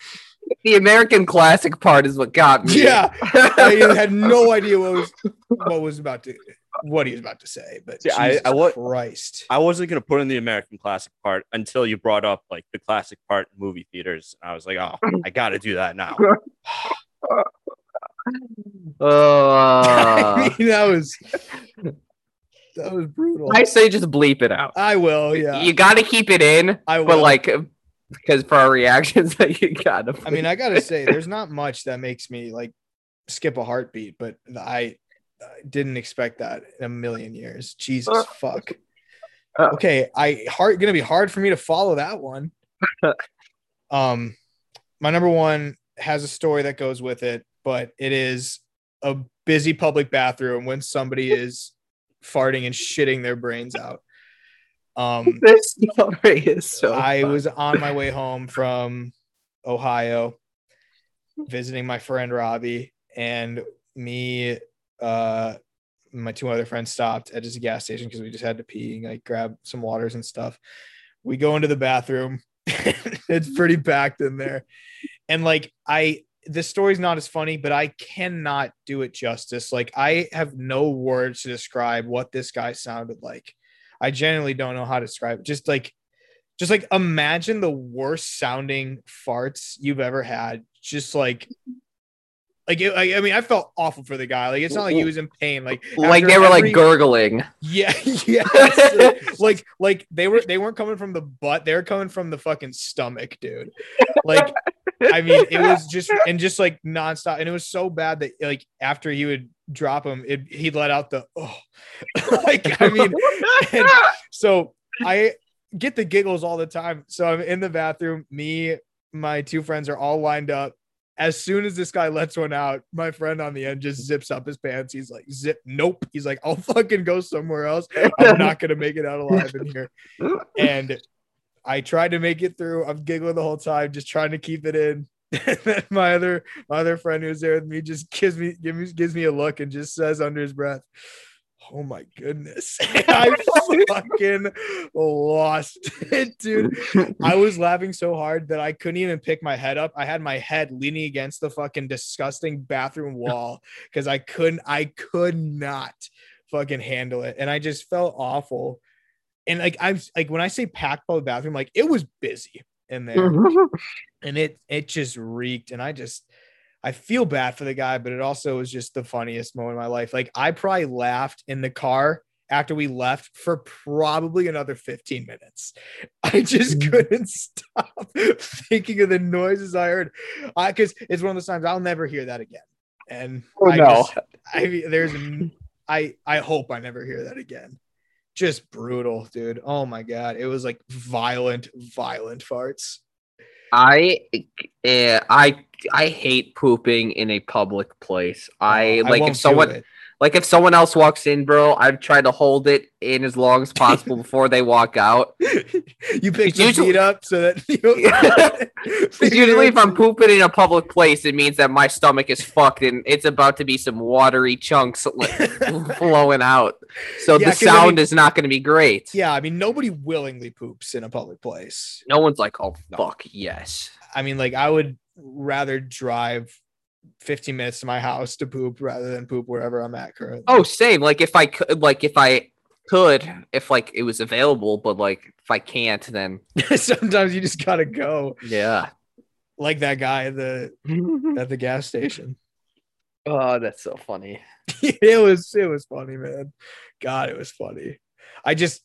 S1: The American classic part is what got me.
S3: yeah. I had no idea what was what was about to what he was about to say, but
S2: See, I-
S3: Jesus
S2: I wa-
S3: Christ.
S2: I wasn't going to put in the American classic part until you brought up like the classic part in movie theaters. I was like, oh, I got to do that now.
S1: Uh,
S3: I mean, that was that was brutal.
S1: I say just bleep it out.
S3: I will, Oh, yeah.
S1: You got to keep it in,
S3: I will.
S1: but like because for our reactions, that you got to.
S3: I mean, I gotta say, there's not much that makes me like skip a heartbeat, but the- I I didn't expect that in a million years. Jesus fuck. Okay, I hard gonna be hard for me to follow that one. um, my number one has a story that goes with it, but it is a busy public bathroom when somebody is farting and shitting their brains out. Um,
S1: this story is so.
S3: I was on my way home from Ohio visiting my friend Robbie, and me, uh, my two other friends stopped at just a gas station because we just had to pee and like grab some waters and stuff. We go into the bathroom. it's pretty packed in there. And like I this story's not as funny, but I cannot do it justice. Like I have no words to describe what this guy sounded like. I genuinely don't know how to describe it. Just like just like imagine the worst sounding farts you've ever had. Just like like it, I, I mean, I felt awful for the guy. Like it's not like he was in pain. Like
S1: like
S3: after
S1: they were
S3: every-
S1: like gurgling.
S3: yeah, yeah. like, like they were they weren't coming from the butt. They were coming from the fucking stomach, dude. Like, I mean, it was just and just like nonstop, and it was so bad that like after he would drop him, it he'd let out the oh. like, I mean, and so I get the giggles all the time. So I'm in the bathroom. Me, my two friends are all lined up. As soon as this guy lets one out, my friend on the end just zips up his pants. He's like, zip, nope. He's like, I'll fucking go somewhere else. I'm not going to make it out alive in here. And I tried to make it through. I'm giggling the whole time, just trying to keep it in. And then my other my other friend who's there with me just gives me gives me gives me a look and just says under his breath, "Oh my goodness!" And I fucking lost it, dude. I was laughing so hard that I couldn't even pick my head up. I had my head leaning against the fucking disgusting bathroom wall because I couldn't, I could not fucking handle it. And I just felt awful. And like I'm like when I say packed public bathroom, like it was busy in there and it it just reeked. And I just I feel bad for the guy, but it also was just the funniest moment of my life. Like I probably laughed in the car after we left for probably another 15 minutes. I just
S1: Mm.
S3: couldn't stop thinking of the noises I heard. I because it's one of those times I'll never hear that again. And
S1: Oh,
S3: I
S1: no.
S3: just- I mean, there's n- I I hope I never hear that again. Just brutal, dude. Oh my god, it was like violent, violent farts.
S1: I eh, I I hate pooping in a public place. I
S3: Uh,
S1: like
S3: won't
S1: if
S3: do
S1: someone
S3: it.
S1: like if someone else walks in, bro, I try to hold it in as long as possible before they walk out.
S3: you
S1: It's
S3: picked your
S1: usually-
S3: feet up so that
S1: Because usually, if I'm pooping in a public place, it means that my stomach is fucked and it's about to be some watery chunks li- flowing out. So
S3: Yeah,
S1: the
S3: 'cause I
S1: sound
S3: mean-
S1: is not going to be great.
S3: yeah, I mean nobody willingly poops in a public place.
S1: No one's like, "Oh
S2: No.
S1: fuck, yes."
S3: I mean, like I would rather drive 15 minutes to my house to poop rather than poop wherever I'm at currently.
S1: Oh, same. Like if I could, like if I could, if like it was available, but like if I can't, then
S3: sometimes you just gotta go
S1: yeah.
S3: like that guy at the at the gas station.
S1: oh, that's so funny.
S3: it was it was funny, man. God, it was funny. I just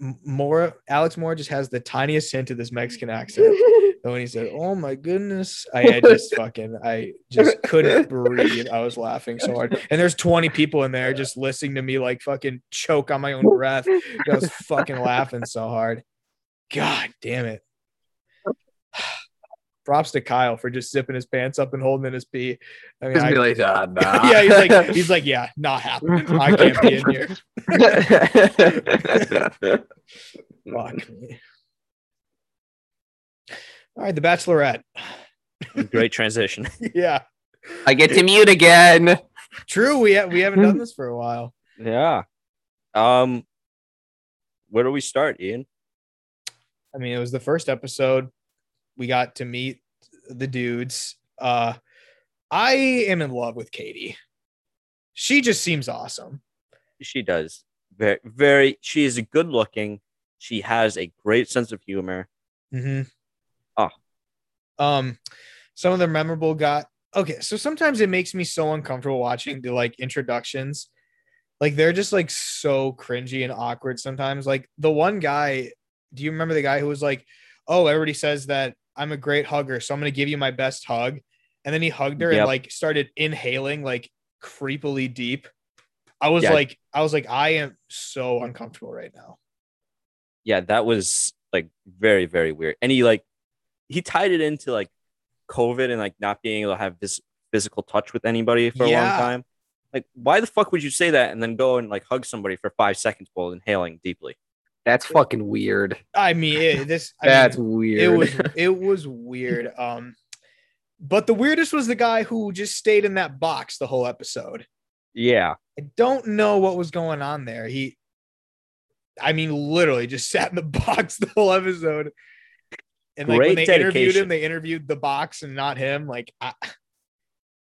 S3: M- Mora Alex Mora just has the tiniest hint of this Mexican accent. And when he said, "Oh my goodness," I, I just fucking I just couldn't breathe. I was laughing so hard, and there's 20 people in there just listening to me like fucking choke on my own breath. I was fucking laughing so hard. God damn it. Props to Kyle for just zipping his pants up and holding in his pee. I mean,
S1: Just
S3: I,
S1: be like, "Ah, nah."
S3: yeah, he's like, he's like, yeah, not happening. I can't be in here. Fuck me. All right, The Bachelorette.
S2: Great transition.
S3: yeah,
S1: I get to mute again.
S3: true. We ha- we haven't done this for a while.
S2: yeah. Um, where do we start, Ian?
S3: I mean, it was the first episode. We got to meet the dudes. Uh, I am in love with Katie. She just seems awesome.
S2: She does very, very. She is good looking. She has a great sense of humor.
S3: Mm-hmm.
S2: Oh.
S3: Um, some of the memorable got okay. So sometimes it makes me so uncomfortable watching the like introductions. Like they're just like so cringy and awkward sometimes. Like the one guy, do you remember the guy who was like, Oh, everybody says that I'm a great hugger, so I'm gonna give you my best hug. And then he hugged her and
S2: Yep.
S3: like started inhaling like creepily deep. I was
S2: Yeah.
S3: like, I was like, I am so uncomfortable right now.
S2: yeah, that was like very, very weird. And he like he tied it into like COVID and like not being able to have this physical touch with anybody for a
S3: Yeah.
S2: long time. Like, why the fuck would you say that and then go and like hug somebody for five seconds while inhaling deeply?
S1: That's fucking weird.
S3: I mean, it, this I
S1: That's
S3: mean,
S1: weird.
S3: it was it was weird. Um, but the weirdest was the guy who just stayed in that box the whole episode.
S2: Yeah.
S3: I don't know what was going on there. He, I mean, literally just sat in the box the whole episode. And like when they
S2: Great
S3: interviewed him,
S2: dedication.
S3: they interviewed the box and not him. Like I,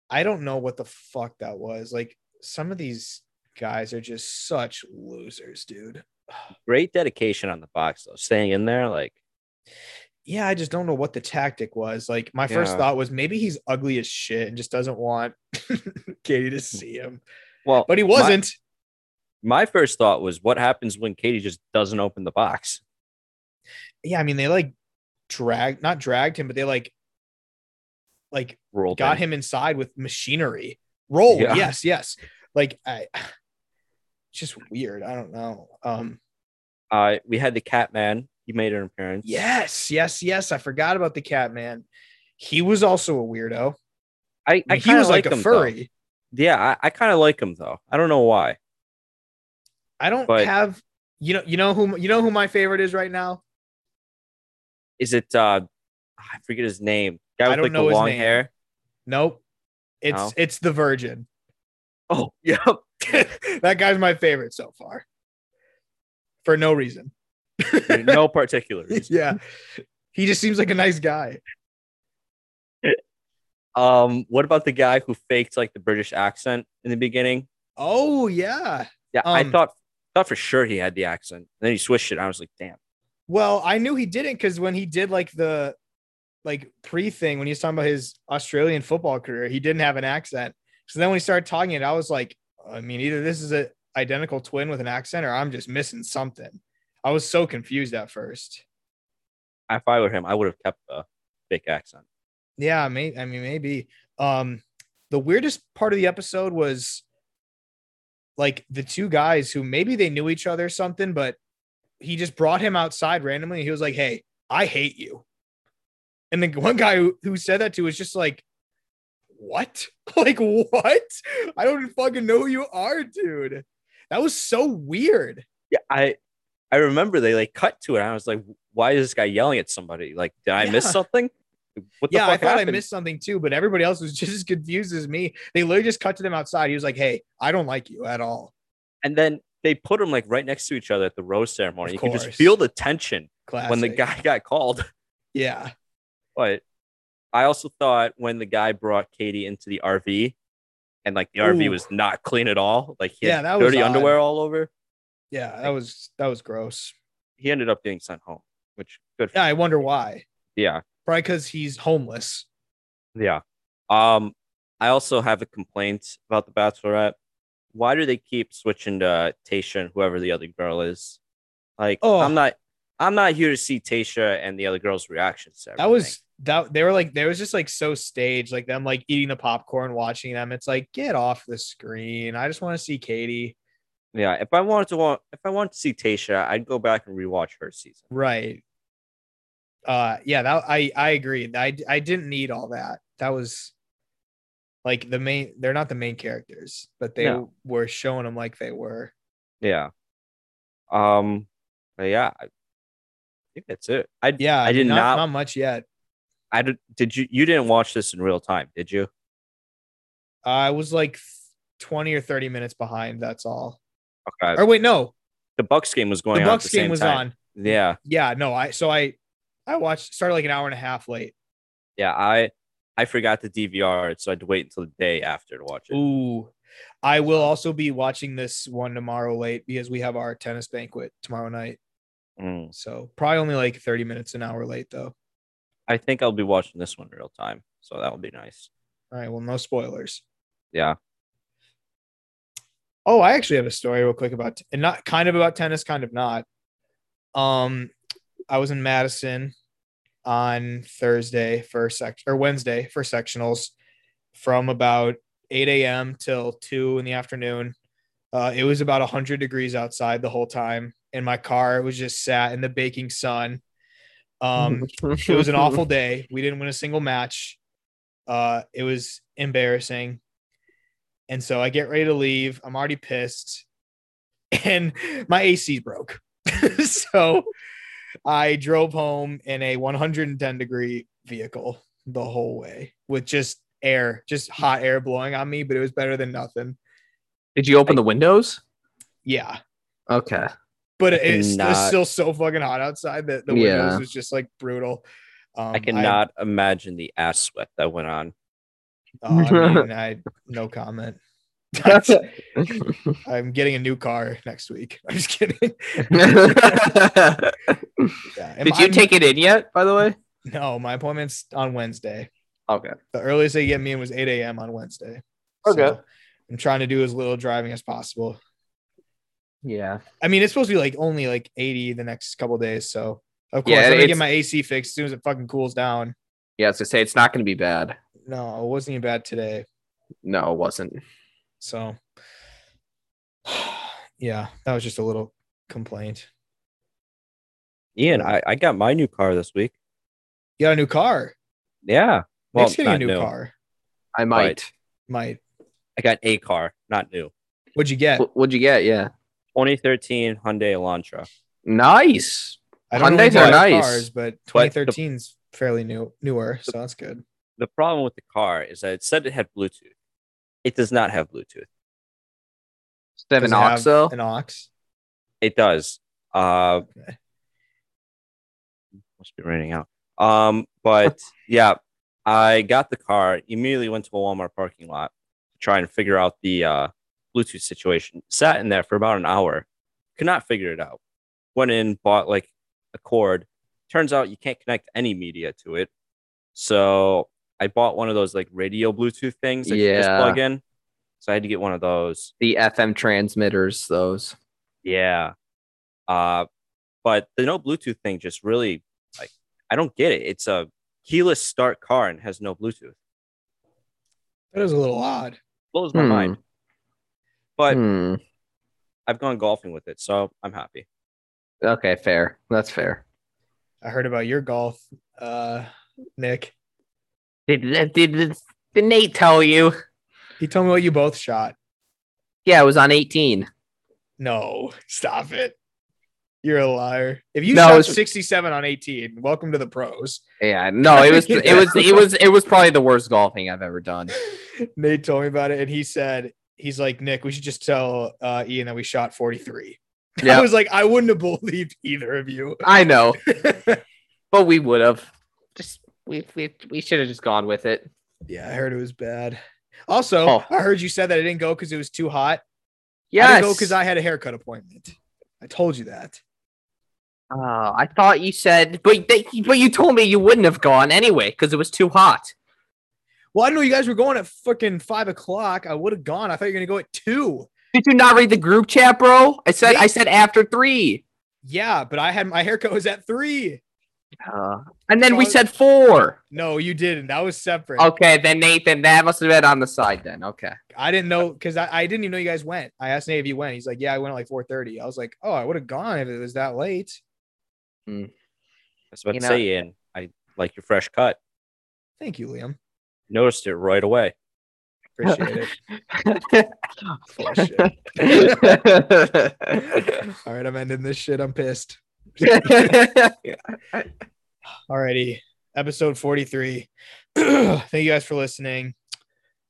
S3: I don't know what the fuck that was. Like some of these guys are just such losers, dude.
S2: Great dedication on the box though. Staying in there, like
S3: Yeah, I just don't know what the tactic was. Like my first
S2: Yeah.
S3: thought was maybe he's ugly as shit and just doesn't want Katie to see him.
S2: well
S3: But he
S2: my-
S3: wasn't.
S2: my first thought was what happens when Katie just doesn't open the box?
S3: yeah, I mean, they like dragged, not dragged him, but they like, like
S2: Rolled
S3: got
S2: in.
S3: him inside with machinery. Roll,
S2: Yeah.
S3: yes, yes. Like, I, it's just weird. I don't know. Um,
S2: Uh, we had the cat man. He made an appearance.
S3: yes, yes, yes. I forgot about the cat man. He was also a weirdo.
S2: I, I
S3: he was like, a
S2: him, though.
S3: furry.
S2: Yeah, I, I kind of like him though. I don't know why.
S3: I don't
S2: But-
S3: have, you know, you know who, you know who my favorite is right now.
S2: Is it uh I forget his name. Guy
S3: I
S2: with
S3: don't
S2: like the
S3: know his
S2: long
S3: name.
S2: hair.
S3: Nope. It's
S2: No?
S3: it's the Virgin.
S2: Oh, yeah.
S3: that guy's my favorite so far. For no reason.
S2: no particulars.
S3: yeah. He just seems like a nice guy.
S2: Um, what about the guy who faked like the British accent in the beginning?
S3: Oh yeah.
S2: Yeah, I
S3: Um,
S2: thought thought for sure he had the accent. And then he switched it. I was like, damn.
S3: Well, I knew he didn't because when he did like the like pre thing when he was talking about his Australian football career, he didn't have an accent. So then when he started talking it, I was like, I mean, either this is a identical twin with an accent or I'm just missing something. I was so confused at first.
S2: If I were him, I would have kept the fake accent.
S3: Yeah, may I mean maybe. Um the weirdest part of the episode was like the two guys who maybe they knew each other or something, but he just brought him outside randomly and he was like, Hey, I hate you. And then one guy who, who said that to was just like, What? like, what? I don't fucking know who you are, dude. That was so weird.
S2: Yeah, I I remember they like cut to it. I was like, why is this guy yelling at somebody? Like, did I miss
S3: Yeah.
S2: something? What the
S3: yeah, I
S2: fuck
S3: thought
S2: happened?
S3: I missed something too, but everybody else was just as confused as me. They literally just cut to them outside. He was like, "Hey, I don't like you at all."
S2: and then they put them like right next to each other at the rose ceremony.
S3: Of
S2: You could just
S3: course.
S2: feel the tension
S3: Classic.
S2: when the guy got called.
S3: yeah,
S2: But I also thought when the guy brought Katie into the RV and like the RV
S3: Ooh.
S2: was not clean at all, like he
S3: Yeah,
S2: had
S3: that was
S2: dirty
S3: odd.
S2: underwear all over.
S3: yeah, that was that was gross.
S2: He ended up being sent home, which good. For
S3: Yeah, I wonder why.
S2: yeah,
S3: Probably because he's homeless.
S2: yeah. Um, I also have a complaint about the Bachelorette. Why do they keep switching to Tasha and whoever the other girl is? Like,
S3: Oh.
S2: I'm not, I'm not here to see Tasha and the other girl's reactions. To
S3: That
S2: everything.
S3: was that they were like they was just like so staged, like them like eating the popcorn, watching them. It's like get off the screen. I just want to see Katie.
S2: Yeah, if I wanted to want if I wanted to see Tasha, I'd go back and rewatch her season.
S3: Right. Uh yeah, that I I agree. I I didn't need all that. That was like the main they're not the main characters, but they
S2: No.
S3: were showing them like they were.
S2: Yeah. Um but yeah, I think that's it. I
S3: Yeah,
S2: I did
S3: not
S2: not-
S3: not much yet.
S2: I did, did you you didn't watch this in real time, did you?
S3: I was like 20 or 30 minutes behind, that's all.
S2: Okay.
S3: Or wait, no.
S2: The Bucks game was going
S3: Er, The
S2: on. at
S3: Bucks
S2: the
S3: game
S2: same
S3: was
S2: time.
S3: on.
S2: Yeah.
S3: Yeah, no, I so I I watched started like an hour and a half late.
S2: Yeah. I I forgot the DVR, it, so I had to wait until the day after to watch it.
S3: Ooh. I will also be watching this one tomorrow late because we have our tennis banquet tomorrow night.
S2: Mm.
S3: So probably only like 30 minutes an hour late though.
S2: I think I'll be watching this one in real time. So that'll be nice.
S3: All right, well, no spoilers. Um,
S2: Yeah.
S3: Oh, I actually have a story real quick about and not kind of about tennis, kind of not. Um, I was in Madison on Thursday for sec or Wednesday for sectionals from about 8 a.m. till 2 in the afternoon. Uh, it was about 100 degrees outside the whole time, and my car was just sat in the baking sun. Um, it was an awful day. We didn't win a single match. Uh, it was embarrassing. And so I get ready to leave. I'm already pissed. And my AC broke. so I drove home in a 110 degree vehicle the whole way with just air, just hot air blowing on me, but it was better than nothing.
S1: Did you open the windows?
S3: Yeah.
S1: Okay.
S3: But it, it's it was
S2: cannot-
S3: still so fucking hot outside that the
S1: Yeah.
S3: windows was just like brutal. Um,
S2: I cannot imagine the ass sweat that went on.
S3: oh, I, mean, I no comment. I'm getting a new car next week. I'm just kidding.
S1: Did
S3: Yeah.
S1: you
S3: I'm-
S1: take it in yet, by the way?
S3: No, my appointment's on Wednesday.
S1: Okay.
S3: The earliest they get me in was 8 a.m. on Wednesday.
S1: Okay.
S3: I'm trying to do as little driving as possible.
S1: Yeah.
S3: I mean, it's supposed to be like only like 80 the next couple days. So, of course,
S1: Yeah,
S3: I'm going to get
S1: it's-
S3: my AC fixed as soon as it fucking cools down.
S1: Yeah, I was gonna say it's not gonna be bad.
S3: No, it wasn't even bad today.
S1: No, it wasn't.
S3: So, yeah, that was just a little complaint.
S2: Ian, I, I got my new car this week.
S3: You got a new car.
S2: Yeah.
S3: Well,
S2: Well,
S3: Nick's getting a
S2: not
S3: new
S2: new.
S3: car.
S1: I might.
S3: Might.
S2: I got a car, not new.
S3: What'd you get?
S1: Wh- What'd you get? Yeah.
S2: 2013 Hyundai Elantra.
S1: Nice.
S3: I don't
S1: Hyundais
S3: know
S1: are
S3: a lot of
S1: nice.
S3: cars, but
S2: But the-
S3: 2013's fairly new, newer. So that's good.
S2: The problem with the car is that it said it had Bluetooth. It does not have Bluetooth.
S1: Seven
S3: Does it have
S1: oxo.
S3: An ox.
S2: It does. Uh,
S3: Okay.
S2: must be raining out. Um, but yeah, I got the car. Immediately went to a Walmart parking lot to try and figure out the uh, Bluetooth situation. Sat in there for about an hour, could not figure it out. Went in, bought like a cord. Turns out you can't connect any media to it. So I bought one of those like radio Bluetooth things that you just
S1: Yeah.
S2: plug in. So I had to get one of those.
S1: The FM transmitters, those.
S2: Yeah. Uh, but the no Bluetooth thing just really like I don't get it. It's a keyless start car and has no Bluetooth.
S3: That is a little odd.
S2: Blows my
S1: Hmm.
S2: mind. But
S1: Hmm.
S2: I've gone golfing with it, so I'm happy.
S1: Okay, fair. That's fair.
S3: I heard about your golf, uh, Nick.
S1: Did, did, did, did Nate tell you?
S3: He told me what you both shot.
S1: Yeah, it was on 18.
S3: No, stop it. You're a liar. If you
S1: No,
S3: shot
S1: it's-
S3: 67 on 18, welcome to the pros.
S1: Yeah, no, it was it was it was it was probably the worst golfing I've ever done.
S3: Nate told me about it and he said, he's like, Nick, we should just tell uh, Ian that we shot 43. I
S1: Yeah,
S3: was like, I wouldn't have believed either of you.
S1: I know, but we would have just we we, we should have just gone with it.
S3: yeah, I heard it was bad. Also,
S1: Oh.
S3: I heard you said that I didn't go because it was too hot. I
S1: Yes,
S3: didn't go because I had a haircut appointment. I told you that.
S1: Uh, I thought you said, but they, but you told me you wouldn't have gone anyway because it was too hot.
S3: Well, I didn't know you guys were going at fucking five o'clock. I would have gone. I thought you were gonna go at two.
S1: Did you not read the group chat, bro? I said I said after three,
S3: Yeah, but I had my haircut was at three.
S1: uh, and then we said four.
S3: No, you didn't. That was separate.
S1: Okay, then Nathan, that must have been on the side then. Okay,
S3: I didn't know because I, I didn't even know you guys went. I asked Nate if you went. He's like, Yeah, I went at like four thirty. I was like, Oh, I would have gone if it was that late.
S2: I was about
S1: You
S2: to
S1: know-
S2: say, Ian, I like your fresh cut.
S3: Thank you, Liam.
S2: Noticed it right away.
S3: Appreciate it. Full of shit. All right, I'm ending this shit. I'm pissed. Alrighty. Episode 43. Thank you guys for listening.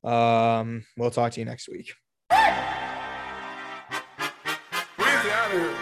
S3: Um, we'll talk to you next week.
S4: We're out of here.